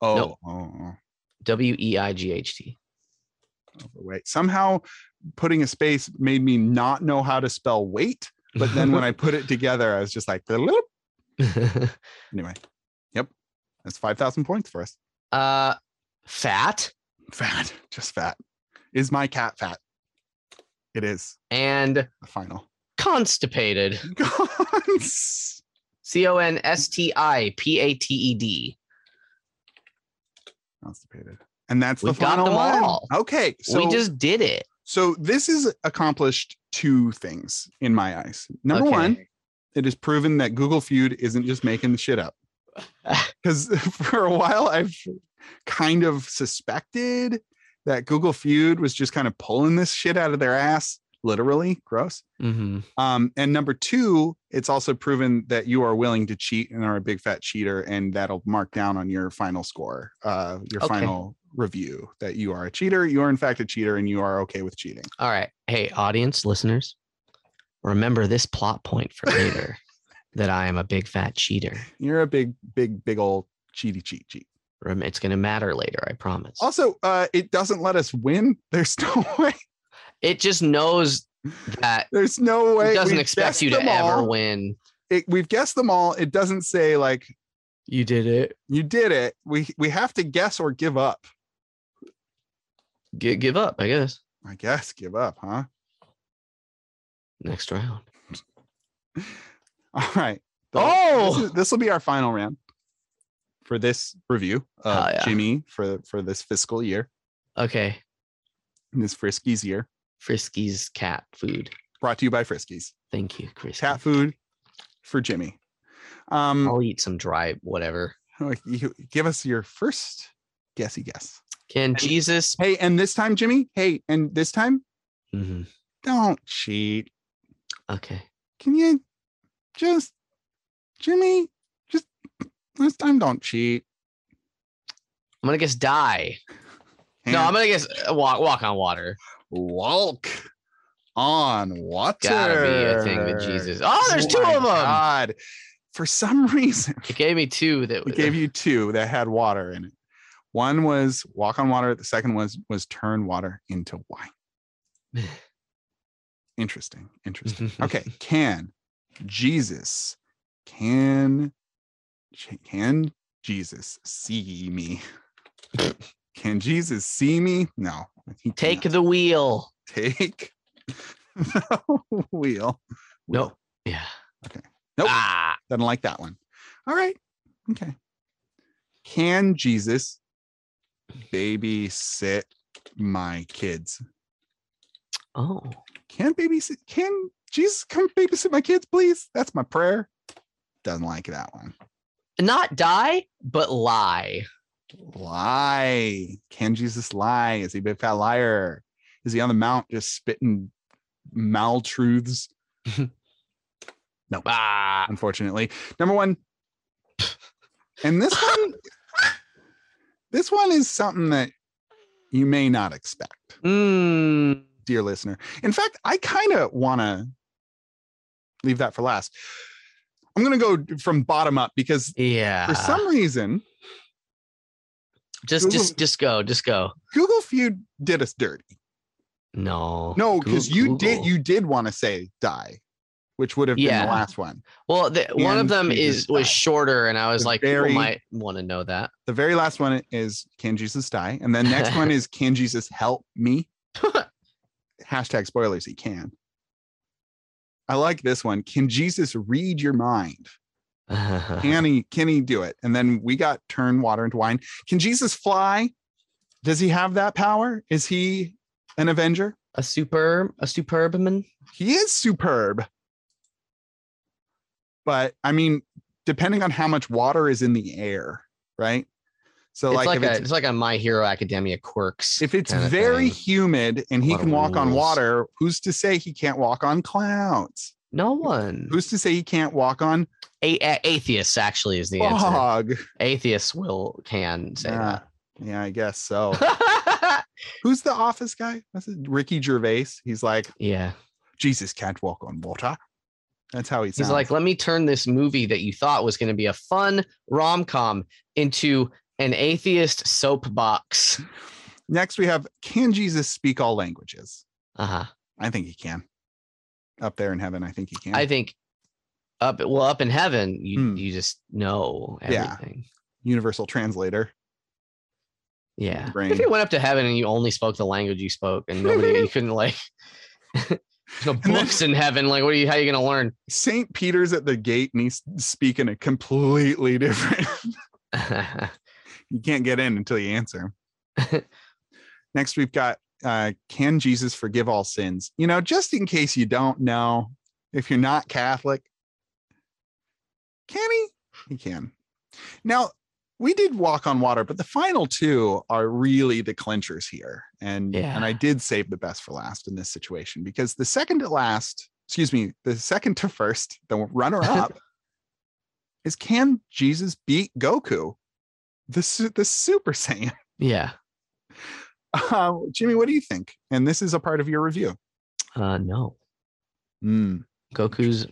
[SPEAKER 2] Oh,
[SPEAKER 1] No.
[SPEAKER 2] oh, oh.
[SPEAKER 1] W E I G H T.
[SPEAKER 2] overweight. Somehow putting a space made me not know how to spell weight. But then when I
[SPEAKER 1] (laughs)
[SPEAKER 2] put it together, I was just like, "Bloop." anyway, yep. That's 5,000 points for us.
[SPEAKER 1] uh fat
[SPEAKER 2] Fat, just fat. Is my cat fat? It is
[SPEAKER 1] and
[SPEAKER 2] the final. (laughs)
[SPEAKER 1] constipated.
[SPEAKER 2] Cons.
[SPEAKER 1] C O N S T I P A T E D.
[SPEAKER 2] Constipated. And that's the
[SPEAKER 1] We've got
[SPEAKER 2] final
[SPEAKER 1] them
[SPEAKER 2] one.
[SPEAKER 1] all.
[SPEAKER 2] Okay. So,
[SPEAKER 1] we just did it.
[SPEAKER 2] so this has accomplished two things in my eyes. Number
[SPEAKER 1] Okay.
[SPEAKER 2] one, it has proven that Google Feud isn't just making the
[SPEAKER 1] (laughs)
[SPEAKER 2] shit up. Because (laughs) for a while, I've kind of suspected that Google Feud was just kind of pulling this shit out of their ass, literally. Gross.
[SPEAKER 1] Mhm.
[SPEAKER 2] Um, and number two, it's also proven that you are willing to cheat and are a big fat cheater, and that'll mark down on your final score, uh, your
[SPEAKER 1] Okay.
[SPEAKER 2] final review that you are a cheater. You are in fact a cheater, and you are okay with cheating.
[SPEAKER 1] All right. Hey, audience, listeners, remember this plot point for
[SPEAKER 2] (laughs)
[SPEAKER 1] later that I am a big fat cheater.
[SPEAKER 2] You're a big, big, big old cheaty cheat cheat.
[SPEAKER 1] Rem- It's going to matter later, I promise.
[SPEAKER 2] Also, uh, it doesn't let us win. (laughs) There's no way.
[SPEAKER 1] It just knows that
[SPEAKER 2] There's no way.
[SPEAKER 1] it doesn't
[SPEAKER 2] We've
[SPEAKER 1] expect
[SPEAKER 2] guessed
[SPEAKER 1] you to
[SPEAKER 2] them
[SPEAKER 1] ever
[SPEAKER 2] all.
[SPEAKER 1] win.
[SPEAKER 2] It, we've guessed them all. It doesn't say like
[SPEAKER 1] You did it.
[SPEAKER 2] you did it. We we have to guess or give up.
[SPEAKER 1] G- give up, I guess.
[SPEAKER 2] I guess give up, huh?
[SPEAKER 1] Next round.
[SPEAKER 2] (laughs) All right.
[SPEAKER 1] Oh!
[SPEAKER 2] this will be our final round for this review of
[SPEAKER 1] Hell yeah.
[SPEAKER 2] Jimmy for for this fiscal year,
[SPEAKER 1] Okay.
[SPEAKER 2] this Friskies year.
[SPEAKER 1] Frisky's cat food.
[SPEAKER 2] Brought to you by Friskies,
[SPEAKER 1] Thank you, Chris.
[SPEAKER 2] cat food for Jimmy. Um,
[SPEAKER 1] I'll eat some dry whatever.
[SPEAKER 2] you- give us your first guessy guess.
[SPEAKER 1] Can Jesus?
[SPEAKER 2] Hey, and this time, Jimmy. Hey, and this time,
[SPEAKER 1] Mhm.
[SPEAKER 2] don't cheat.
[SPEAKER 1] Okay.
[SPEAKER 2] Can you just, Jimmy? Just this time, don't cheat.
[SPEAKER 1] I'm gonna guess die. No, I'm gonna guess uh, walk walk on water.
[SPEAKER 2] walk on water.
[SPEAKER 1] Gotta be a thing with Jesus. Oh, there's two
[SPEAKER 2] two
[SPEAKER 1] of them.
[SPEAKER 2] God. For some (laughs) reason,
[SPEAKER 1] It gave me two that
[SPEAKER 2] it gave you two that had water in it. One was walk on water. The second was was turn water into wine.
[SPEAKER 1] (sighs)
[SPEAKER 2] Interesting.
[SPEAKER 1] (laughs)
[SPEAKER 2] Interesting. Okay. Can Jesus can can Jesus see me?
[SPEAKER 1] (laughs)
[SPEAKER 2] Can Jesus see me? No. he
[SPEAKER 1] Take
[SPEAKER 2] cannot.
[SPEAKER 1] the wheel.
[SPEAKER 2] take the (laughs) wheel.
[SPEAKER 1] No. Yeah.
[SPEAKER 2] Okay. Nope.
[SPEAKER 1] Ah,
[SPEAKER 2] Doesn't like that one. All right. Okay. Can Jesus babysit my kids?
[SPEAKER 1] oh.
[SPEAKER 2] Can babysit? Can Jesus come babysit my kids, please? That's my prayer. Doesn't like that one.
[SPEAKER 1] Not die, but lie.
[SPEAKER 2] Lie. Can Jesus lie? Is he a big fat liar? Is he on the mount just spitting maltruths?
[SPEAKER 1] Ah.
[SPEAKER 2] unfortunately. Number one. And this one, this one is something that you may not expect,
[SPEAKER 1] Mm.
[SPEAKER 2] dear listener. In fact, I kind of want to leave that for last. I'm going to go from bottom up because
[SPEAKER 1] Yeah.
[SPEAKER 2] for some reason,
[SPEAKER 1] just just just go. Just go.
[SPEAKER 2] Google Feud did us dirty.
[SPEAKER 1] No.
[SPEAKER 2] No, because
[SPEAKER 1] Goo-
[SPEAKER 2] you did
[SPEAKER 1] Google.
[SPEAKER 2] you did want to say die, which would have been
[SPEAKER 1] Yeah.
[SPEAKER 2] the last one.
[SPEAKER 1] Well, the, one of
[SPEAKER 2] and
[SPEAKER 1] them
[SPEAKER 2] Jesus
[SPEAKER 1] is was
[SPEAKER 2] died.
[SPEAKER 1] shorter, and I was
[SPEAKER 2] The
[SPEAKER 1] like, people
[SPEAKER 2] very-
[SPEAKER 1] might want to know that.
[SPEAKER 2] The very last one is can Jesus die? And then next
[SPEAKER 1] (laughs)
[SPEAKER 2] one is can Jesus help me? hashtag spoilers he can i like this one can jesus read your mind can he can he do it and then we got turn water into wine can jesus fly does he have that power is he an avenger
[SPEAKER 1] (laughs) a super a superbman.
[SPEAKER 2] he is superb but i mean depending on how much water is in the air right? So
[SPEAKER 1] it's
[SPEAKER 2] like,
[SPEAKER 1] like,
[SPEAKER 2] if
[SPEAKER 1] a,
[SPEAKER 2] it's
[SPEAKER 1] it's, like a My Hero Academia quirks.
[SPEAKER 2] if it's
[SPEAKER 1] kinda
[SPEAKER 2] very
[SPEAKER 1] thing.
[SPEAKER 2] humid and he
[SPEAKER 1] lot of
[SPEAKER 2] can walk on
[SPEAKER 1] rules.
[SPEAKER 2] water, who's to say he can't walk on clouds?
[SPEAKER 1] no one
[SPEAKER 2] Who's to say he can't walk on
[SPEAKER 1] a- a- atheists actually is the answer.
[SPEAKER 2] fog?
[SPEAKER 1] Atheists will can say
[SPEAKER 2] Yeah, yeah, I
[SPEAKER 1] (laughs)
[SPEAKER 2] guess so.
[SPEAKER 1] that.
[SPEAKER 2] Who's the office guy? That's it, Ricky Gervais. He's like,
[SPEAKER 1] yeah,
[SPEAKER 2] Jesus can't walk on water. That's how he
[SPEAKER 1] he's
[SPEAKER 2] sounds.
[SPEAKER 1] like, let me turn this movie that you thought was going to be a fun rom com into an atheist soapbox. (laughs)
[SPEAKER 2] Next, we have Can Jesus speak all languages?
[SPEAKER 1] Uh huh.
[SPEAKER 2] I think he can. Up there in heaven, I think he can.
[SPEAKER 1] I think up well up in heaven you
[SPEAKER 2] Hmm.
[SPEAKER 1] you just know
[SPEAKER 2] Yeah.
[SPEAKER 1] everything.
[SPEAKER 2] Universal translator.
[SPEAKER 1] Yeah.
[SPEAKER 2] Brain.
[SPEAKER 1] If you went up to heaven and you only spoke the language you spoke and nobody you
[SPEAKER 2] (laughs)
[SPEAKER 1] couldn't like (laughs) there's no
[SPEAKER 2] then-
[SPEAKER 1] books in heaven, like what are you how are you gonna learn? (laughs)
[SPEAKER 2] St. Peter's at the gate and he's speaking a completely different. you can't get in until you answer. Next, we've got uh, Can Jesus forgive all sins? You know, just in case you don't know, if you're not Catholic, can he? He can. Now, we did walk on water, but the final two are really the clinchers here. And
[SPEAKER 1] Yeah.
[SPEAKER 2] and I did save the best for last in this situation because the second to last, excuse me, the second to first, the runner up is can Jesus beat Goku? The su- the Super Saiyan. (laughs)
[SPEAKER 1] yeah.
[SPEAKER 2] Uh, Jimmy, what do you think? And this is a part of your review.
[SPEAKER 1] Uh no. Goku's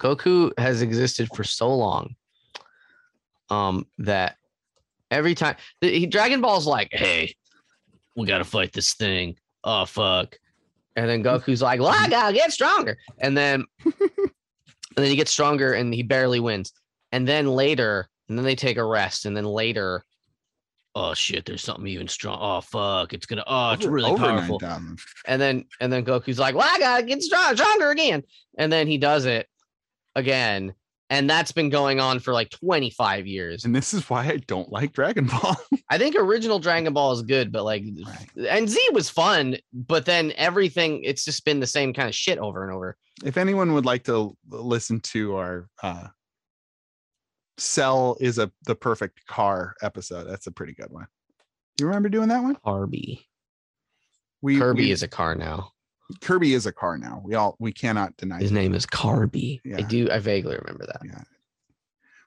[SPEAKER 1] Goku has existed for so long um that every time the, he, Dragon Ball's like, "Hey, we got to fight this thing." Oh fuck. And then Goku's like, "Well, I got to get stronger." And then and then he gets stronger and he barely wins. And then later, and then they take a rest and then later Oh shit, there's something even strong. Oh fuck, it's going to Oh, it's
[SPEAKER 2] Over-
[SPEAKER 1] really
[SPEAKER 2] over
[SPEAKER 1] powerful.
[SPEAKER 2] 9,000.
[SPEAKER 1] And then and then Goku's like, "Well, I gotta get strong, stronger again." And then he does it again, and that's been going on for like 25 years.
[SPEAKER 2] And this is why I don't like Dragon Ball.
[SPEAKER 1] I think original Dragon Ball is good, but like,
[SPEAKER 2] Right.
[SPEAKER 1] and Z was fun, but then everything it's just been the same kind of shit over and over.
[SPEAKER 2] if anyone would like to l- listen to our uh, "Cell is a the perfect car" episode, that's a pretty good one. You remember doing that one?
[SPEAKER 1] Kirby,
[SPEAKER 2] We
[SPEAKER 1] Kirby
[SPEAKER 2] we-
[SPEAKER 1] is a car now.
[SPEAKER 2] Kirby is a car now. We all we cannot deny.
[SPEAKER 1] His
[SPEAKER 2] that.
[SPEAKER 1] name is Kirby. I
[SPEAKER 2] Yeah.
[SPEAKER 1] do. I vaguely remember that. (laughs)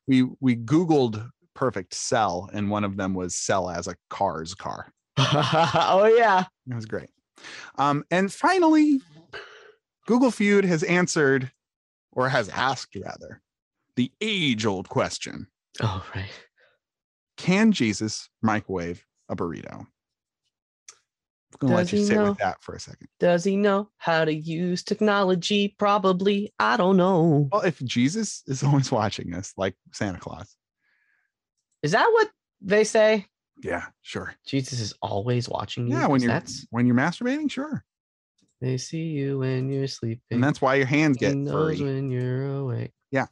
[SPEAKER 2] We we Googled perfect cell, and one of them was cell as a car's car.
[SPEAKER 1] oh yeah.
[SPEAKER 2] That was great. Um, and finally, Google Feud has answered, or has asked rather, the age old question
[SPEAKER 1] Oh right.
[SPEAKER 2] Can Jesus microwave a burrito? I'm going to let
[SPEAKER 1] Does
[SPEAKER 2] you
[SPEAKER 1] he
[SPEAKER 2] sit
[SPEAKER 1] know?
[SPEAKER 2] with that for a second.
[SPEAKER 1] Does he know how to use technology? Probably. I don't know.
[SPEAKER 2] Well, if Jesus is (laughs) always watching us, like Santa Claus,
[SPEAKER 1] Is that what they say?
[SPEAKER 2] yeah, sure.
[SPEAKER 1] Jesus is always watching you.
[SPEAKER 2] Yeah, when
[SPEAKER 1] 'Cause
[SPEAKER 2] you're
[SPEAKER 1] Mm, that's
[SPEAKER 2] when you're masturbating, sure.
[SPEAKER 1] they see you when you're sleeping.
[SPEAKER 2] And that's why your hands
[SPEAKER 1] he
[SPEAKER 2] get
[SPEAKER 1] knows
[SPEAKER 2] furry.
[SPEAKER 1] when you're awake.
[SPEAKER 2] Yeah.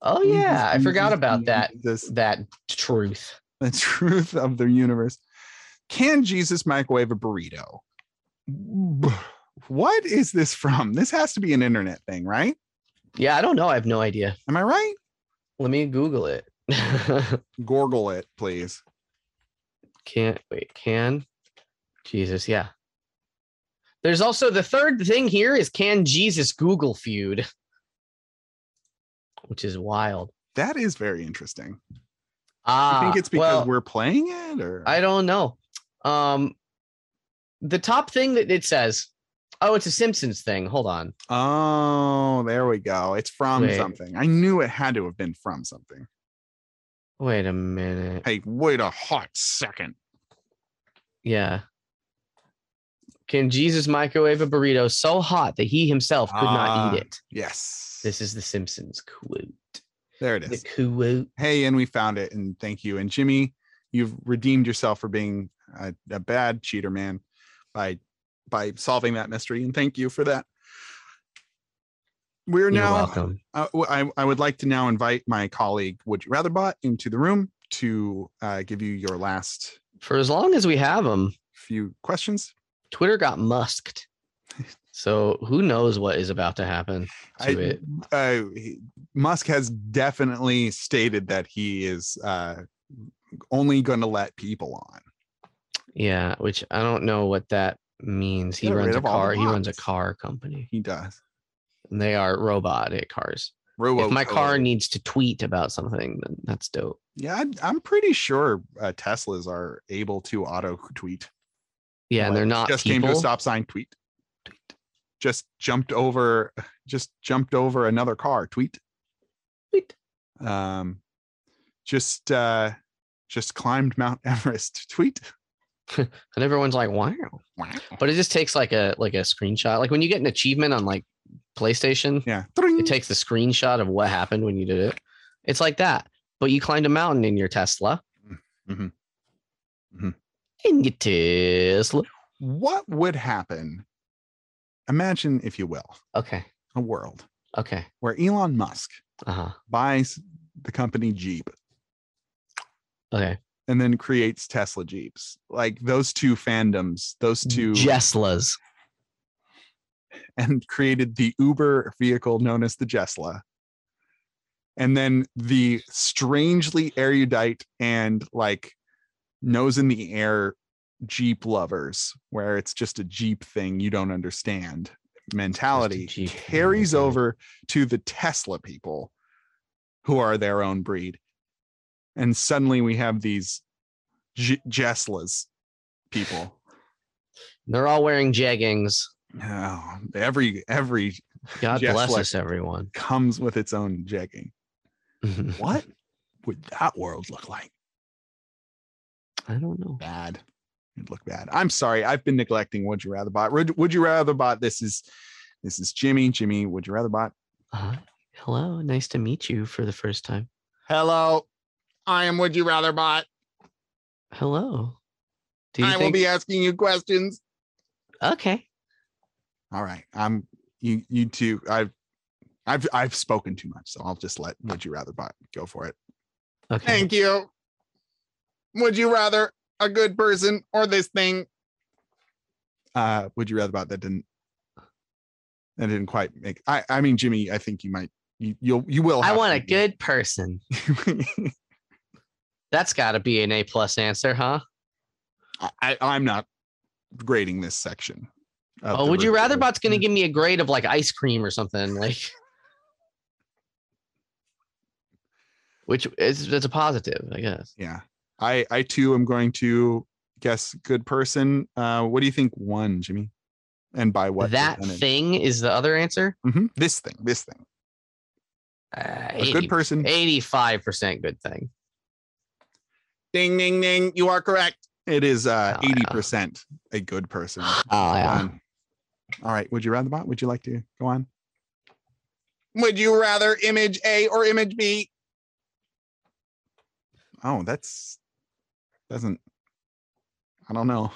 [SPEAKER 1] Oh yeah, I
[SPEAKER 2] Jesus,
[SPEAKER 1] forgot
[SPEAKER 2] Jesus,
[SPEAKER 1] about that.
[SPEAKER 2] Jesus,
[SPEAKER 1] That truth.
[SPEAKER 2] the (laughs) truth of the universe. Can Jesus microwave a burrito? What is this from? This has to be an internet thing, right?
[SPEAKER 1] Yeah, I don't know. I have no idea.
[SPEAKER 2] Am I right?
[SPEAKER 1] Let me Google it. (laughs)
[SPEAKER 2] Gorgle it, please.
[SPEAKER 1] Can't wait. Can Jesus? Yeah. There's also the third thing here is can Jesus Google feud, which is wild.
[SPEAKER 2] That is very interesting.
[SPEAKER 1] Ah,
[SPEAKER 2] I think it's because
[SPEAKER 1] well,
[SPEAKER 2] we're playing it, or
[SPEAKER 1] I don't know. Um, the top thing that it says, oh, it's a Simpsons thing. Hold on.
[SPEAKER 2] oh, there we go. It's from
[SPEAKER 1] Wait.
[SPEAKER 2] something. I knew it had to have been from something.
[SPEAKER 1] Wait a minute.
[SPEAKER 2] Hey, wait a hot second.
[SPEAKER 1] Yeah. Can Jesus microwave a burrito so hot that he himself could not eat
[SPEAKER 2] Ah.
[SPEAKER 1] it?
[SPEAKER 2] Yes,
[SPEAKER 1] This is the Simpsons quote.
[SPEAKER 2] there it
[SPEAKER 1] The
[SPEAKER 2] is.
[SPEAKER 1] quote.
[SPEAKER 2] hey and we found it and thank you and jimmy you've redeemed yourself for being a, a bad cheater man by by solving that mystery and thank you for that we're
[SPEAKER 1] You're
[SPEAKER 2] now
[SPEAKER 1] welcome.
[SPEAKER 2] I, I, I would like to now invite my colleague would you rather bot into the room to uh, give you your last
[SPEAKER 1] For as long as we have them,
[SPEAKER 2] few questions
[SPEAKER 1] Twitter got
[SPEAKER 2] (laughs)
[SPEAKER 1] musked. So who knows what is about to happen to
[SPEAKER 2] I-
[SPEAKER 1] it?
[SPEAKER 2] uh, he- musk has definitely stated that he is uh, only going to let people on.
[SPEAKER 1] Yeah, which I don't know what that means. He
[SPEAKER 2] Get
[SPEAKER 1] runs
[SPEAKER 2] rid
[SPEAKER 1] a
[SPEAKER 2] of all the
[SPEAKER 1] car. He runs a
[SPEAKER 2] bots.
[SPEAKER 1] car company.
[SPEAKER 2] He does.
[SPEAKER 1] And they are robotic cars.
[SPEAKER 2] Robo
[SPEAKER 1] if my car needs to tweet about something, then that's dope.
[SPEAKER 2] yeah, I'm, I'm pretty sure uh, Teslas are able to auto tweet.
[SPEAKER 1] Yeah, and
[SPEAKER 2] Like,
[SPEAKER 1] they're not
[SPEAKER 2] just came
[SPEAKER 1] people.
[SPEAKER 2] to a stop sign. Tweet. Tweet. Just jumped over. (sighs) Just jumped over another car. Tweet.
[SPEAKER 1] Tweet.
[SPEAKER 2] Um, just uh, just climbed Mount (laughs) Everest. Tweet.
[SPEAKER 1] And everyone's like, wow.
[SPEAKER 2] Wow.
[SPEAKER 1] But it just takes like a like a screenshot. Like when you get an achievement on like PlayStation,
[SPEAKER 2] Yeah. Tring.
[SPEAKER 1] it takes the screenshot of what happened when you did it. It's like that. But you climbed a mountain in your Tesla.
[SPEAKER 2] Mhm. Mhm.
[SPEAKER 1] In your Tesla.
[SPEAKER 2] what would happen? Imagine, if you will,
[SPEAKER 1] Okay.
[SPEAKER 2] a world
[SPEAKER 1] Okay.
[SPEAKER 2] where Elon Musk
[SPEAKER 1] Uh-huh.
[SPEAKER 2] buys the company Jeep
[SPEAKER 1] Okay.
[SPEAKER 2] and then creates Tesla Jeeps. Like those two fandoms, those two,
[SPEAKER 1] Jeslas.
[SPEAKER 2] and created the Uber vehicle known as the Jesla. And then the strangely erudite and like nose in the air Jeep lovers, where it's just a Jeep thing you don't understand mentality,
[SPEAKER 1] Jeep thing,
[SPEAKER 2] carries
[SPEAKER 1] okay.
[SPEAKER 2] over to the Tesla people who are their own breed. And suddenly we have these J- Jeslas
[SPEAKER 1] (sighs)
[SPEAKER 2] people.
[SPEAKER 1] They're all wearing jeggings.
[SPEAKER 2] Oh, every every
[SPEAKER 1] God
[SPEAKER 2] Yes,
[SPEAKER 1] bless
[SPEAKER 2] like-
[SPEAKER 1] us, everyone. (laughs)
[SPEAKER 2] comes with its own jegging. (laughs) What would that world look like?
[SPEAKER 1] I don't know.
[SPEAKER 2] Bad. It'd look bad. I'm sorry. I've been neglecting Would You Rather Bot. Would, would you rather bot? This is this is Jimmy. Jimmy, would you rather bot?
[SPEAKER 1] Uh, hello, nice to meet you for the first time.
[SPEAKER 2] Hello. I am Would You Rather Bot.
[SPEAKER 1] Hello. Do you think?
[SPEAKER 2] asking you questions.
[SPEAKER 1] okay.
[SPEAKER 2] All right. I'm you you two. I've I've I've spoken too much, so I'll just let Would You Rather Bot go for it.
[SPEAKER 1] Okay.
[SPEAKER 2] you. Would you rather a good person or this thing? Uh, would you rather about that didn't that didn't quite make I I mean Jimmy, I think you might you you'll you will
[SPEAKER 1] I
[SPEAKER 2] have
[SPEAKER 1] want a
[SPEAKER 2] to-
[SPEAKER 1] good person. That's got to be an A plus answer, huh?
[SPEAKER 2] (laughs) I, I am not grading this section. of
[SPEAKER 1] Oh,
[SPEAKER 2] the Mm.
[SPEAKER 1] would you
[SPEAKER 2] review.
[SPEAKER 1] rather bot's going to give me a grade of like ice cream or something (laughs) like? Which is that's a positive, I guess.
[SPEAKER 2] Yeah. I I too am going to guess good person. Uh what do you think won, Jimmy? And by what
[SPEAKER 1] that
[SPEAKER 2] percentage?
[SPEAKER 1] thing is the other answer.
[SPEAKER 2] Mhm. This thing, this thing.
[SPEAKER 1] Uh,
[SPEAKER 2] A good person.
[SPEAKER 1] Eighty-five percent good thing.
[SPEAKER 2] Ding ding ding. You are correct. It is uh
[SPEAKER 1] Oh, yeah.
[SPEAKER 2] eighty percent a good person.
[SPEAKER 1] Oh yeah.
[SPEAKER 2] Um, all right. Would you rather bot? Would you like to go on? Would you rather image A or image B? Oh, that's doesn't. I don't know.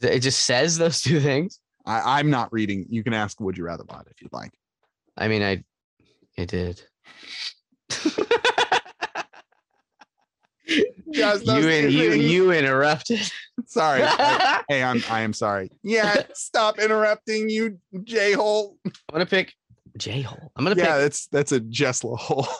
[SPEAKER 1] It just says those two things.
[SPEAKER 2] I, I'm not reading. You can ask would you rather bot if you'd like.
[SPEAKER 1] I mean, I, I did. (laughs)
[SPEAKER 2] Just those
[SPEAKER 1] you, in,
[SPEAKER 2] two
[SPEAKER 1] you,
[SPEAKER 2] things.
[SPEAKER 1] you interrupted.
[SPEAKER 2] (laughs)
[SPEAKER 1] (laughs)
[SPEAKER 2] Sorry. I- hey, I'm I am sorry. Yeah, stop interrupting you, J hole.
[SPEAKER 1] I'm gonna pick J hole. I'm gonna
[SPEAKER 2] Yeah,
[SPEAKER 1] pick.
[SPEAKER 2] that's that's a Jesla hole. (laughs)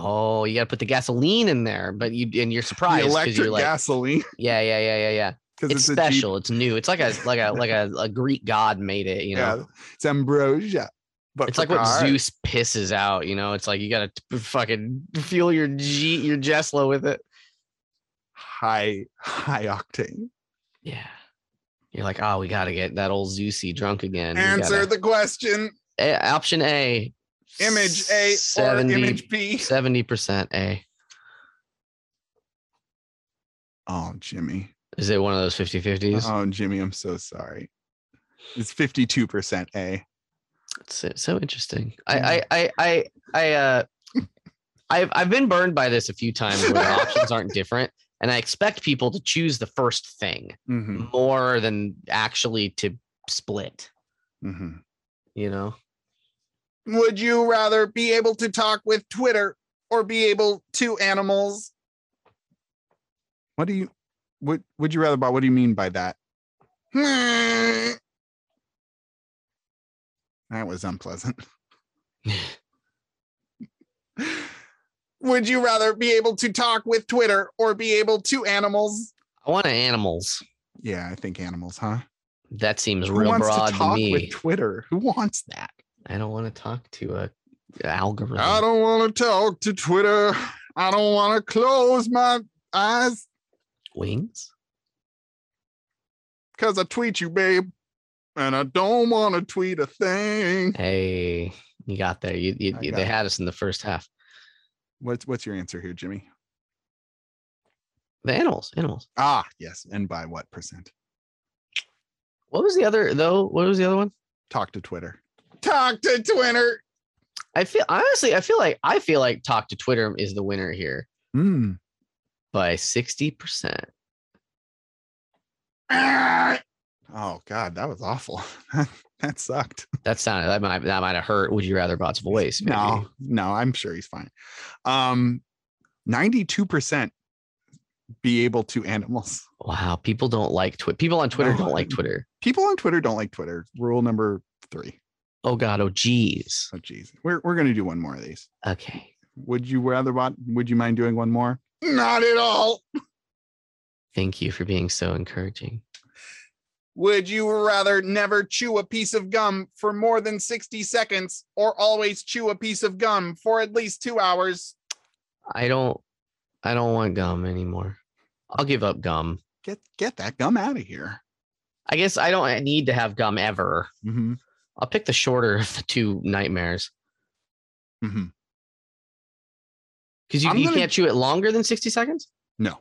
[SPEAKER 1] Oh, you gotta put the gasoline in there, but you and you're surprised
[SPEAKER 2] the
[SPEAKER 1] 'cause
[SPEAKER 2] electric
[SPEAKER 1] you're like,
[SPEAKER 2] gasoline
[SPEAKER 1] yeah, yeah, yeah, yeah, yeah.
[SPEAKER 2] because
[SPEAKER 1] It's,
[SPEAKER 2] it's, a Jeep.
[SPEAKER 1] special. It's new. It's like a like a like a, a Greek god made it. You know,
[SPEAKER 2] Yeah, it's ambrosia. But
[SPEAKER 1] it's
[SPEAKER 2] for
[SPEAKER 1] like what
[SPEAKER 2] cars.
[SPEAKER 1] Zeus pisses out. You know, it's like you gotta t- fucking fuel your G your Jesla with it.
[SPEAKER 2] high high octane.
[SPEAKER 1] Yeah. You're like, oh, we gotta get that old Zeusy drunk again. We gotta-
[SPEAKER 2] the question.
[SPEAKER 1] A- option A.
[SPEAKER 2] B.
[SPEAKER 1] Seventy percent A.
[SPEAKER 2] Oh, Jimmy.
[SPEAKER 1] Is it one of those 50-50s?
[SPEAKER 2] Oh, Jimmy, I'm so sorry. It's 52% A.
[SPEAKER 1] It's so- so interesting. I I I I, I uh I've I've been burned by this a few times
[SPEAKER 2] (laughs)
[SPEAKER 1] where the options aren't different. And I expect people to choose the first thing
[SPEAKER 2] Mm-hmm,
[SPEAKER 1] Mm. more than actually to split,
[SPEAKER 2] mm-hmm.
[SPEAKER 1] you know? (sighs)
[SPEAKER 2] Would you rather be able to talk with Twitter or be able to animals? What do you would would you rather buy? What do you mean by that? that (laughs) was unpleasant. Would you rather be able to talk with Twitter or be able to animals?
[SPEAKER 1] I want animals.
[SPEAKER 2] Yeah, I think animals, huh?
[SPEAKER 1] That seems real broad to, me.
[SPEAKER 2] with Twitter? Who wants that?
[SPEAKER 1] I don't want to talk to a algorithm.
[SPEAKER 2] I don't want to talk to Twitter. I don't want to close my eyes
[SPEAKER 1] Wings?
[SPEAKER 2] because I tweet you, babe. And I don't want to tweet a thing.
[SPEAKER 1] Hey, you got there. You, you,
[SPEAKER 2] I
[SPEAKER 1] you-
[SPEAKER 2] got
[SPEAKER 1] they
[SPEAKER 2] it.
[SPEAKER 1] had us in the first half.
[SPEAKER 2] What's what's your answer here, Jimmy?
[SPEAKER 1] The animals, animals.
[SPEAKER 2] Ah, yes. And by what percent?
[SPEAKER 1] What was the other though? What was the other one?
[SPEAKER 2] Talk to Twitter. Talk to Twitter.
[SPEAKER 1] I feel honestly, I feel like I feel like talk to Twitter is the winner here
[SPEAKER 2] Hmm.
[SPEAKER 1] by sixty percent.
[SPEAKER 2] Ah. Oh God, that was awful. (laughs) that sucked.
[SPEAKER 1] That sounded that might that might have hurt. Would you rather bot's voice? maybe.
[SPEAKER 2] No, no, I'm sure he's fine. Um, 92% be able to animals.
[SPEAKER 1] Wow, people don't like Twitter. People on Twitter
[SPEAKER 2] No.
[SPEAKER 1] don't like Twitter.
[SPEAKER 2] People on Twitter don't like Twitter. Rule number three.
[SPEAKER 1] Oh God. Oh geez.
[SPEAKER 2] Oh geez. We're we're gonna do one more of these.
[SPEAKER 1] Okay.
[SPEAKER 2] Would you rather want would you mind doing one more? Not at all.
[SPEAKER 1] Thank you for being so encouraging.
[SPEAKER 2] Would you rather never chew a piece of gum for more than 60 seconds or always chew a piece of gum for at least two hours?
[SPEAKER 1] I don't. I don't want gum anymore. I'll give up gum.
[SPEAKER 2] Get get that gum out of here.
[SPEAKER 1] I guess I don't need to have gum ever.
[SPEAKER 2] Mm-hmm.
[SPEAKER 1] I'll pick the shorter of the two nightmares
[SPEAKER 2] Mm-hmm.
[SPEAKER 1] because you,
[SPEAKER 2] I'm
[SPEAKER 1] you
[SPEAKER 2] gonna-
[SPEAKER 1] can't chew it longer than sixty seconds.
[SPEAKER 2] No.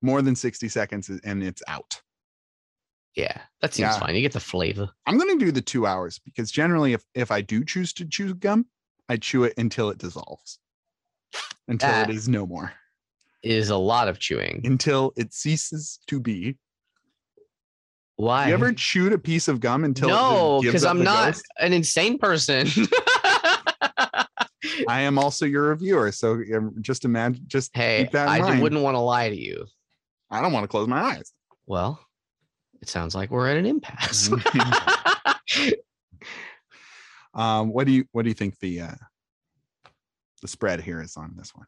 [SPEAKER 2] More than 60 seconds and it's out.
[SPEAKER 1] Yeah, that seems
[SPEAKER 2] Yeah.
[SPEAKER 1] fine. You get the flavor.
[SPEAKER 2] I'm going to do the two hours because generally, if, if I do choose to chew gum, I chew it until it dissolves, until
[SPEAKER 1] That-
[SPEAKER 2] it is no more,
[SPEAKER 1] Is a lot of chewing.
[SPEAKER 2] until it ceases to be.
[SPEAKER 1] Why?
[SPEAKER 2] you ever chewed a piece of gum until
[SPEAKER 1] no,
[SPEAKER 2] it just gives
[SPEAKER 1] because
[SPEAKER 2] up
[SPEAKER 1] I'm
[SPEAKER 2] the
[SPEAKER 1] not
[SPEAKER 2] ghost?
[SPEAKER 1] an insane person. (laughs)
[SPEAKER 2] I am also your reviewer, so um, just imagine. Just
[SPEAKER 1] hey,
[SPEAKER 2] Keep that in
[SPEAKER 1] I d-
[SPEAKER 2] mind.
[SPEAKER 1] wouldn't want to lie to you.
[SPEAKER 2] I don't want to close my eyes. (laughs)
[SPEAKER 1] Well, it sounds like we're at an impasse.
[SPEAKER 2] Mm-hmm.
[SPEAKER 1] (laughs)
[SPEAKER 2] Um, what do you What do you think the uh, the spread here is on this one?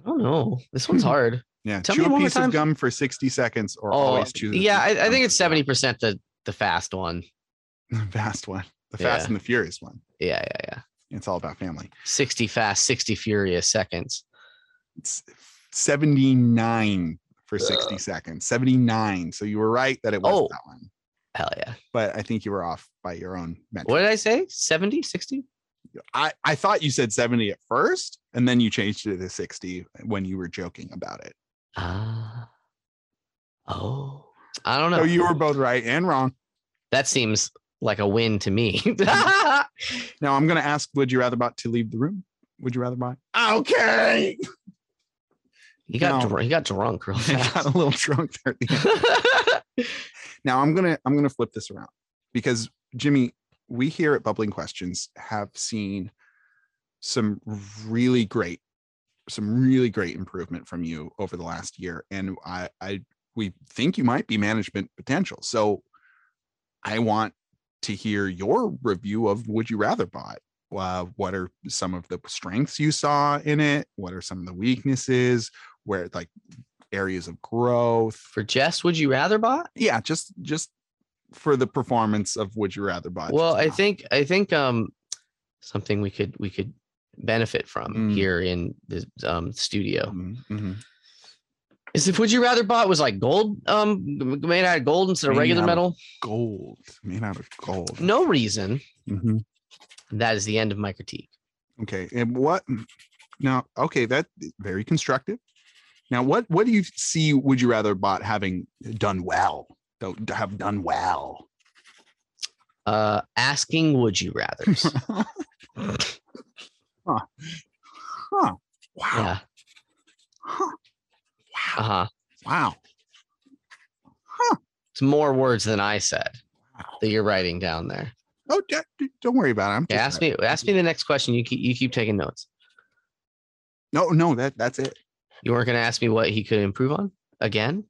[SPEAKER 1] I don't know. This one's hard.
[SPEAKER 2] Yeah,
[SPEAKER 1] Tell
[SPEAKER 2] chew
[SPEAKER 1] me
[SPEAKER 2] a
[SPEAKER 1] one more
[SPEAKER 2] piece
[SPEAKER 1] time.
[SPEAKER 2] of gum for sixty seconds, Hmm. or
[SPEAKER 1] Oh,
[SPEAKER 2] always choose. a
[SPEAKER 1] yeah,
[SPEAKER 2] piece of
[SPEAKER 1] I, I think
[SPEAKER 2] gum for
[SPEAKER 1] it's
[SPEAKER 2] two hours.
[SPEAKER 1] seventy percent the the fast one.
[SPEAKER 2] (laughs) The fast one, the Fast
[SPEAKER 1] Yeah.
[SPEAKER 2] and the Furious one.
[SPEAKER 1] Yeah, yeah, yeah.
[SPEAKER 2] It's all about family.
[SPEAKER 1] Sixty fast, sixty furious seconds.
[SPEAKER 2] It's 79 for
[SPEAKER 1] Ugh.
[SPEAKER 2] 60 seconds. 79. So you were right that it was
[SPEAKER 1] Oh.
[SPEAKER 2] that one.
[SPEAKER 1] Hell yeah.
[SPEAKER 2] But I think you were off by your own metric.
[SPEAKER 1] What did I say? 70, 60?
[SPEAKER 2] I, I thought you said 70 at first, and then you changed it to 60 when you were joking about it.
[SPEAKER 1] Ah. oh. I don't know.
[SPEAKER 2] So you were both right and wrong.
[SPEAKER 1] that seems like a win to
[SPEAKER 2] (laughs)
[SPEAKER 1] me.
[SPEAKER 2] Mm-hmm. Now I'm gonna ask, would you rather bot to leave the room? Would you rather bot? Okay.
[SPEAKER 1] he got
[SPEAKER 2] No.
[SPEAKER 1] dr- he got drunk real
[SPEAKER 2] (laughs) I got
[SPEAKER 1] fast.
[SPEAKER 2] a little drunk there at the end. Now I'm gonna I'm gonna flip this around because Jimmy, we here at Bubbling Questions have seen some really great, some really great improvement from you over the last year, and I I we think you might be management potential. So I want to hear your review of Would You Rather Bot. Uh, what are some of the strengths you saw in it? What are some of the weaknesses? Where like areas of growth?
[SPEAKER 1] (laughs) For Jess, would you rather bot?
[SPEAKER 2] yeah just just for the performance of would you rather bot
[SPEAKER 1] Well, I
[SPEAKER 2] just
[SPEAKER 1] think I think um something we could we could benefit from
[SPEAKER 2] Mm.
[SPEAKER 1] here in the um
[SPEAKER 2] now.
[SPEAKER 1] studio
[SPEAKER 2] Mhm, mhm.
[SPEAKER 1] is if would you rather bot was like gold um m- made out of gold instead of
[SPEAKER 2] Made
[SPEAKER 1] regular
[SPEAKER 2] out of-
[SPEAKER 1] metal.
[SPEAKER 2] gold made out of gold
[SPEAKER 1] No reason.
[SPEAKER 2] Mhm.
[SPEAKER 1] That is the end of my critique.
[SPEAKER 2] okay and what now okay that very constructive now what what do you see would you rather bot having done well though have done well
[SPEAKER 1] Uh asking would you
[SPEAKER 2] (laughs)
[SPEAKER 1] rather's.
[SPEAKER 2] huh. huh wow
[SPEAKER 1] yeah.
[SPEAKER 2] huh. wow
[SPEAKER 1] Uh-huh.
[SPEAKER 2] wow
[SPEAKER 1] It's more words than I said
[SPEAKER 2] wow
[SPEAKER 1] that you're writing down there.
[SPEAKER 2] oh d- d- don't worry about it i'm
[SPEAKER 1] Yeah,
[SPEAKER 2] just-
[SPEAKER 1] ask me. Ask me the next question. You keep you keep taking notes.
[SPEAKER 2] no no that that's it
[SPEAKER 1] You weren't going to ask me what he could improve on again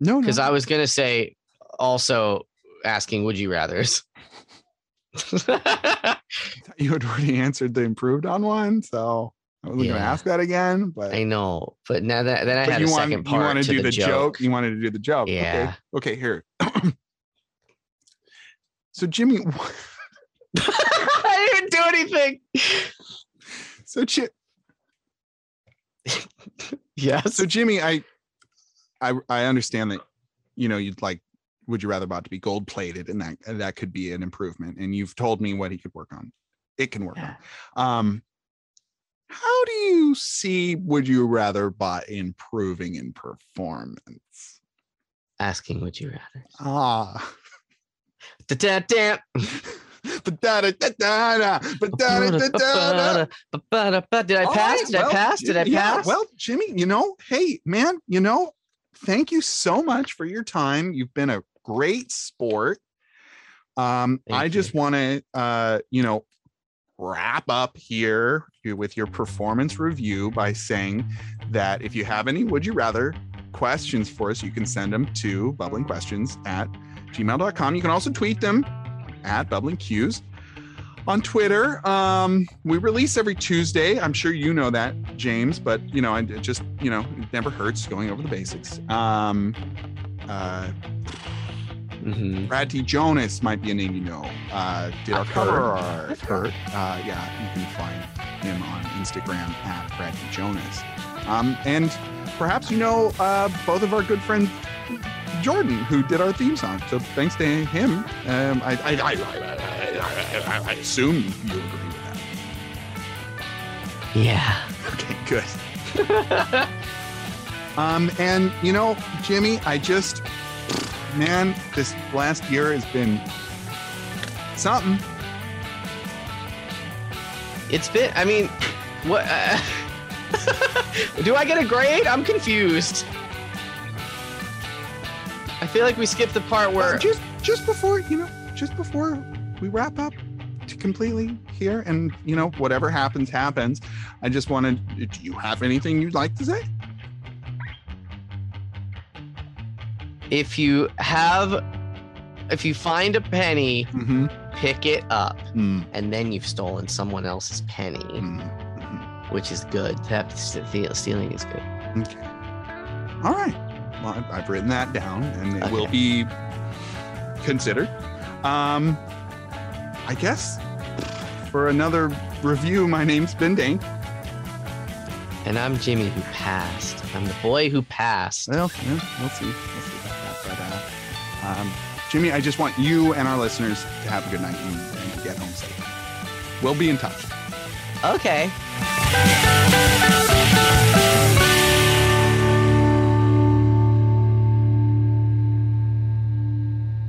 [SPEAKER 2] no
[SPEAKER 1] because
[SPEAKER 2] no.
[SPEAKER 1] I was going to say also asking would you rather's.
[SPEAKER 2] I you had already (laughs) answered the improved on one, so I wasn't gonna
[SPEAKER 1] Yeah.
[SPEAKER 2] ask that again.
[SPEAKER 1] (laughs)
[SPEAKER 2] But,
[SPEAKER 1] I know, but now that then I
[SPEAKER 2] but
[SPEAKER 1] had
[SPEAKER 2] you
[SPEAKER 1] a
[SPEAKER 2] want
[SPEAKER 1] second
[SPEAKER 2] you
[SPEAKER 1] part
[SPEAKER 2] want to
[SPEAKER 1] to
[SPEAKER 2] do
[SPEAKER 1] the, joke.
[SPEAKER 2] You wanted to do the joke.
[SPEAKER 1] Yeah.
[SPEAKER 2] Okay. Okay. Here. (coughs) so Jimmy, (laughs)
[SPEAKER 1] (laughs) I didn't do anything.
[SPEAKER 2] so Chi-
[SPEAKER 1] Yes.
[SPEAKER 2] so Jimmy, I, I, I understand that, you know, you'd like, would you rather about to be gold plated, and that and that could be an improvement. And you've told me what he could work on. It can work
[SPEAKER 1] Yeah.
[SPEAKER 2] on. Um, how do you see would you rather bot improving in performance?
[SPEAKER 1] Asking would you rather?
[SPEAKER 2] Ah. (laughs)
[SPEAKER 1] Da-da-da.
[SPEAKER 2] Ba-da-da-da-da-da, ba-da-da-da-da-da.
[SPEAKER 1] Ba-ba-da-ba-da. Did I
[SPEAKER 2] All
[SPEAKER 1] pass?
[SPEAKER 2] right,
[SPEAKER 1] Did I
[SPEAKER 2] well,
[SPEAKER 1] pass? Did I
[SPEAKER 2] yeah,
[SPEAKER 1] pass?
[SPEAKER 2] Well, Jimmy, you know, hey, man, you know, thank you so much for your time. You've been a great sport. Um,
[SPEAKER 1] Thank
[SPEAKER 2] I just
[SPEAKER 1] you.
[SPEAKER 2] want to, uh, you know, wrap up here with your performance review by saying that if you have any would you rather questions for us, you can send them to bubblingquestions at gmail.com. You can also tweet them at bubblingqs on Twitter. Um, we release every Tuesday. I'm sure you know that, James, but you know, I it just, you know, it never hurts going over the basics. Um, uh,
[SPEAKER 1] Mhm.
[SPEAKER 2] Brad T. Jonas might be a name you know. Uh, did our
[SPEAKER 1] I've
[SPEAKER 2] cover
[SPEAKER 1] heard.
[SPEAKER 2] art.
[SPEAKER 1] I've heard.
[SPEAKER 2] Uh, yeah, you can find him on Instagram at Brad T. Jonas. Um, and perhaps you know uh, both of our good friends, Jordan, who did our theme song. So thanks to him. Um, I, I, I, I, I, I, I assume you agree with that.
[SPEAKER 1] Yeah.
[SPEAKER 2] Okay, good. Um, and you know, Jimmy, I just, man, this last year has been something.
[SPEAKER 1] It's been. I mean, what? Uh, (laughs) do I get a grade? I'm confused. I feel like we skipped the part
[SPEAKER 2] Well,
[SPEAKER 1] where.
[SPEAKER 2] just just before you know, just before we wrap up to completely here, and you know, whatever happens, happens. I just wanted. Do you have anything you'd like to say?
[SPEAKER 1] If you have, if you find a penny,
[SPEAKER 2] Mm-hmm.
[SPEAKER 1] pick it up,
[SPEAKER 2] mm
[SPEAKER 1] and then you've stolen someone else's penny,
[SPEAKER 2] mm.
[SPEAKER 1] which is good. That stealing is good.
[SPEAKER 2] Okay. All right. Well, I've- I've written that down, and it
[SPEAKER 1] Okay.
[SPEAKER 2] will be considered. Um, I guess for another review, my name's Ben Dane.
[SPEAKER 1] And I'm Jimmy who passed. I'm the boy who passed.
[SPEAKER 2] Well, yeah, we'll see. We'll see about that. But, uh, um, Jimmy, I just want you and our listeners to have a good night and, and get home safe. We'll be in touch.
[SPEAKER 1] Okay.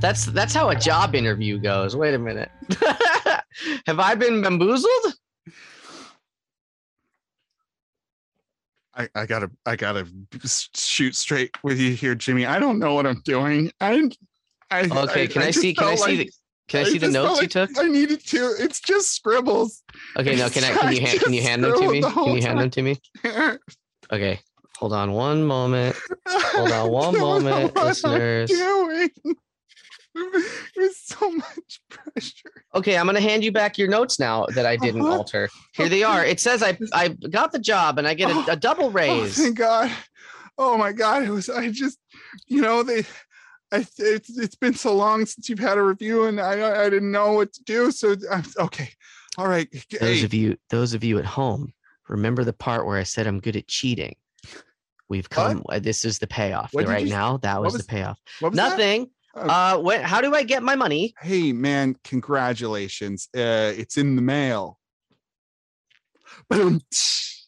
[SPEAKER 1] That's that's how a job interview goes. Wait a minute. (laughs) Have I been bamboozled?
[SPEAKER 2] I, I gotta, I gotta s- shoot straight with you here, Jimmy. I don't know what I'm doing. I, I
[SPEAKER 1] Okay, can I
[SPEAKER 2] just
[SPEAKER 1] see- can I
[SPEAKER 2] felt
[SPEAKER 1] see the- Can I see the
[SPEAKER 2] just felt
[SPEAKER 1] notes you (laughs)
[SPEAKER 2] like
[SPEAKER 1] took?
[SPEAKER 2] I needed to. It's just scribbles.
[SPEAKER 1] Okay, now can I can you hand can you hand them to me? Can you hand them to me? Okay. Hold on one moment.
[SPEAKER 2] Hold (laughs)
[SPEAKER 1] on (laughs) one moment, (laughs) listeners.
[SPEAKER 2] Doing. (laughs) There's so much pressure.
[SPEAKER 1] Okay, I'm gonna hand you back your notes now that I didn't
[SPEAKER 2] Uh-huh.
[SPEAKER 1] alter. Here they are. It says I I got the job and I get a, a double
[SPEAKER 2] Oh, (laughs)
[SPEAKER 1] raise.
[SPEAKER 2] thank God. Oh my God. It was. I just, you know, they. I, it's, it's been so long since you've had a review, and I I didn't know what to do. So I'm okay. All right.
[SPEAKER 1] Those
[SPEAKER 2] Hey,
[SPEAKER 1] of you, those of you at home, remember the part where I said I'm good at cheating. We've come. uh, This is the payoff
[SPEAKER 2] What did
[SPEAKER 1] right
[SPEAKER 2] you s-
[SPEAKER 1] now. That
[SPEAKER 2] what
[SPEAKER 1] was,
[SPEAKER 2] was-
[SPEAKER 1] the payoff.
[SPEAKER 2] what was that?
[SPEAKER 1] Nothing.
[SPEAKER 2] Oh.
[SPEAKER 1] Uh, what? How do I get my money?
[SPEAKER 2] hey man congratulations uh it's in the mail Ba-dum. it's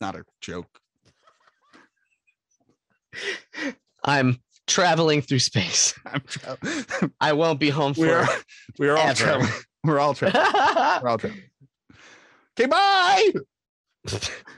[SPEAKER 2] not a joke
[SPEAKER 1] I'm traveling through space.
[SPEAKER 2] I'm tra-
[SPEAKER 1] I won't be home for.
[SPEAKER 2] (laughs) we're we're all
[SPEAKER 1] Ever. (laughs)
[SPEAKER 2] traveling we're all traveling we're all traveling okay bye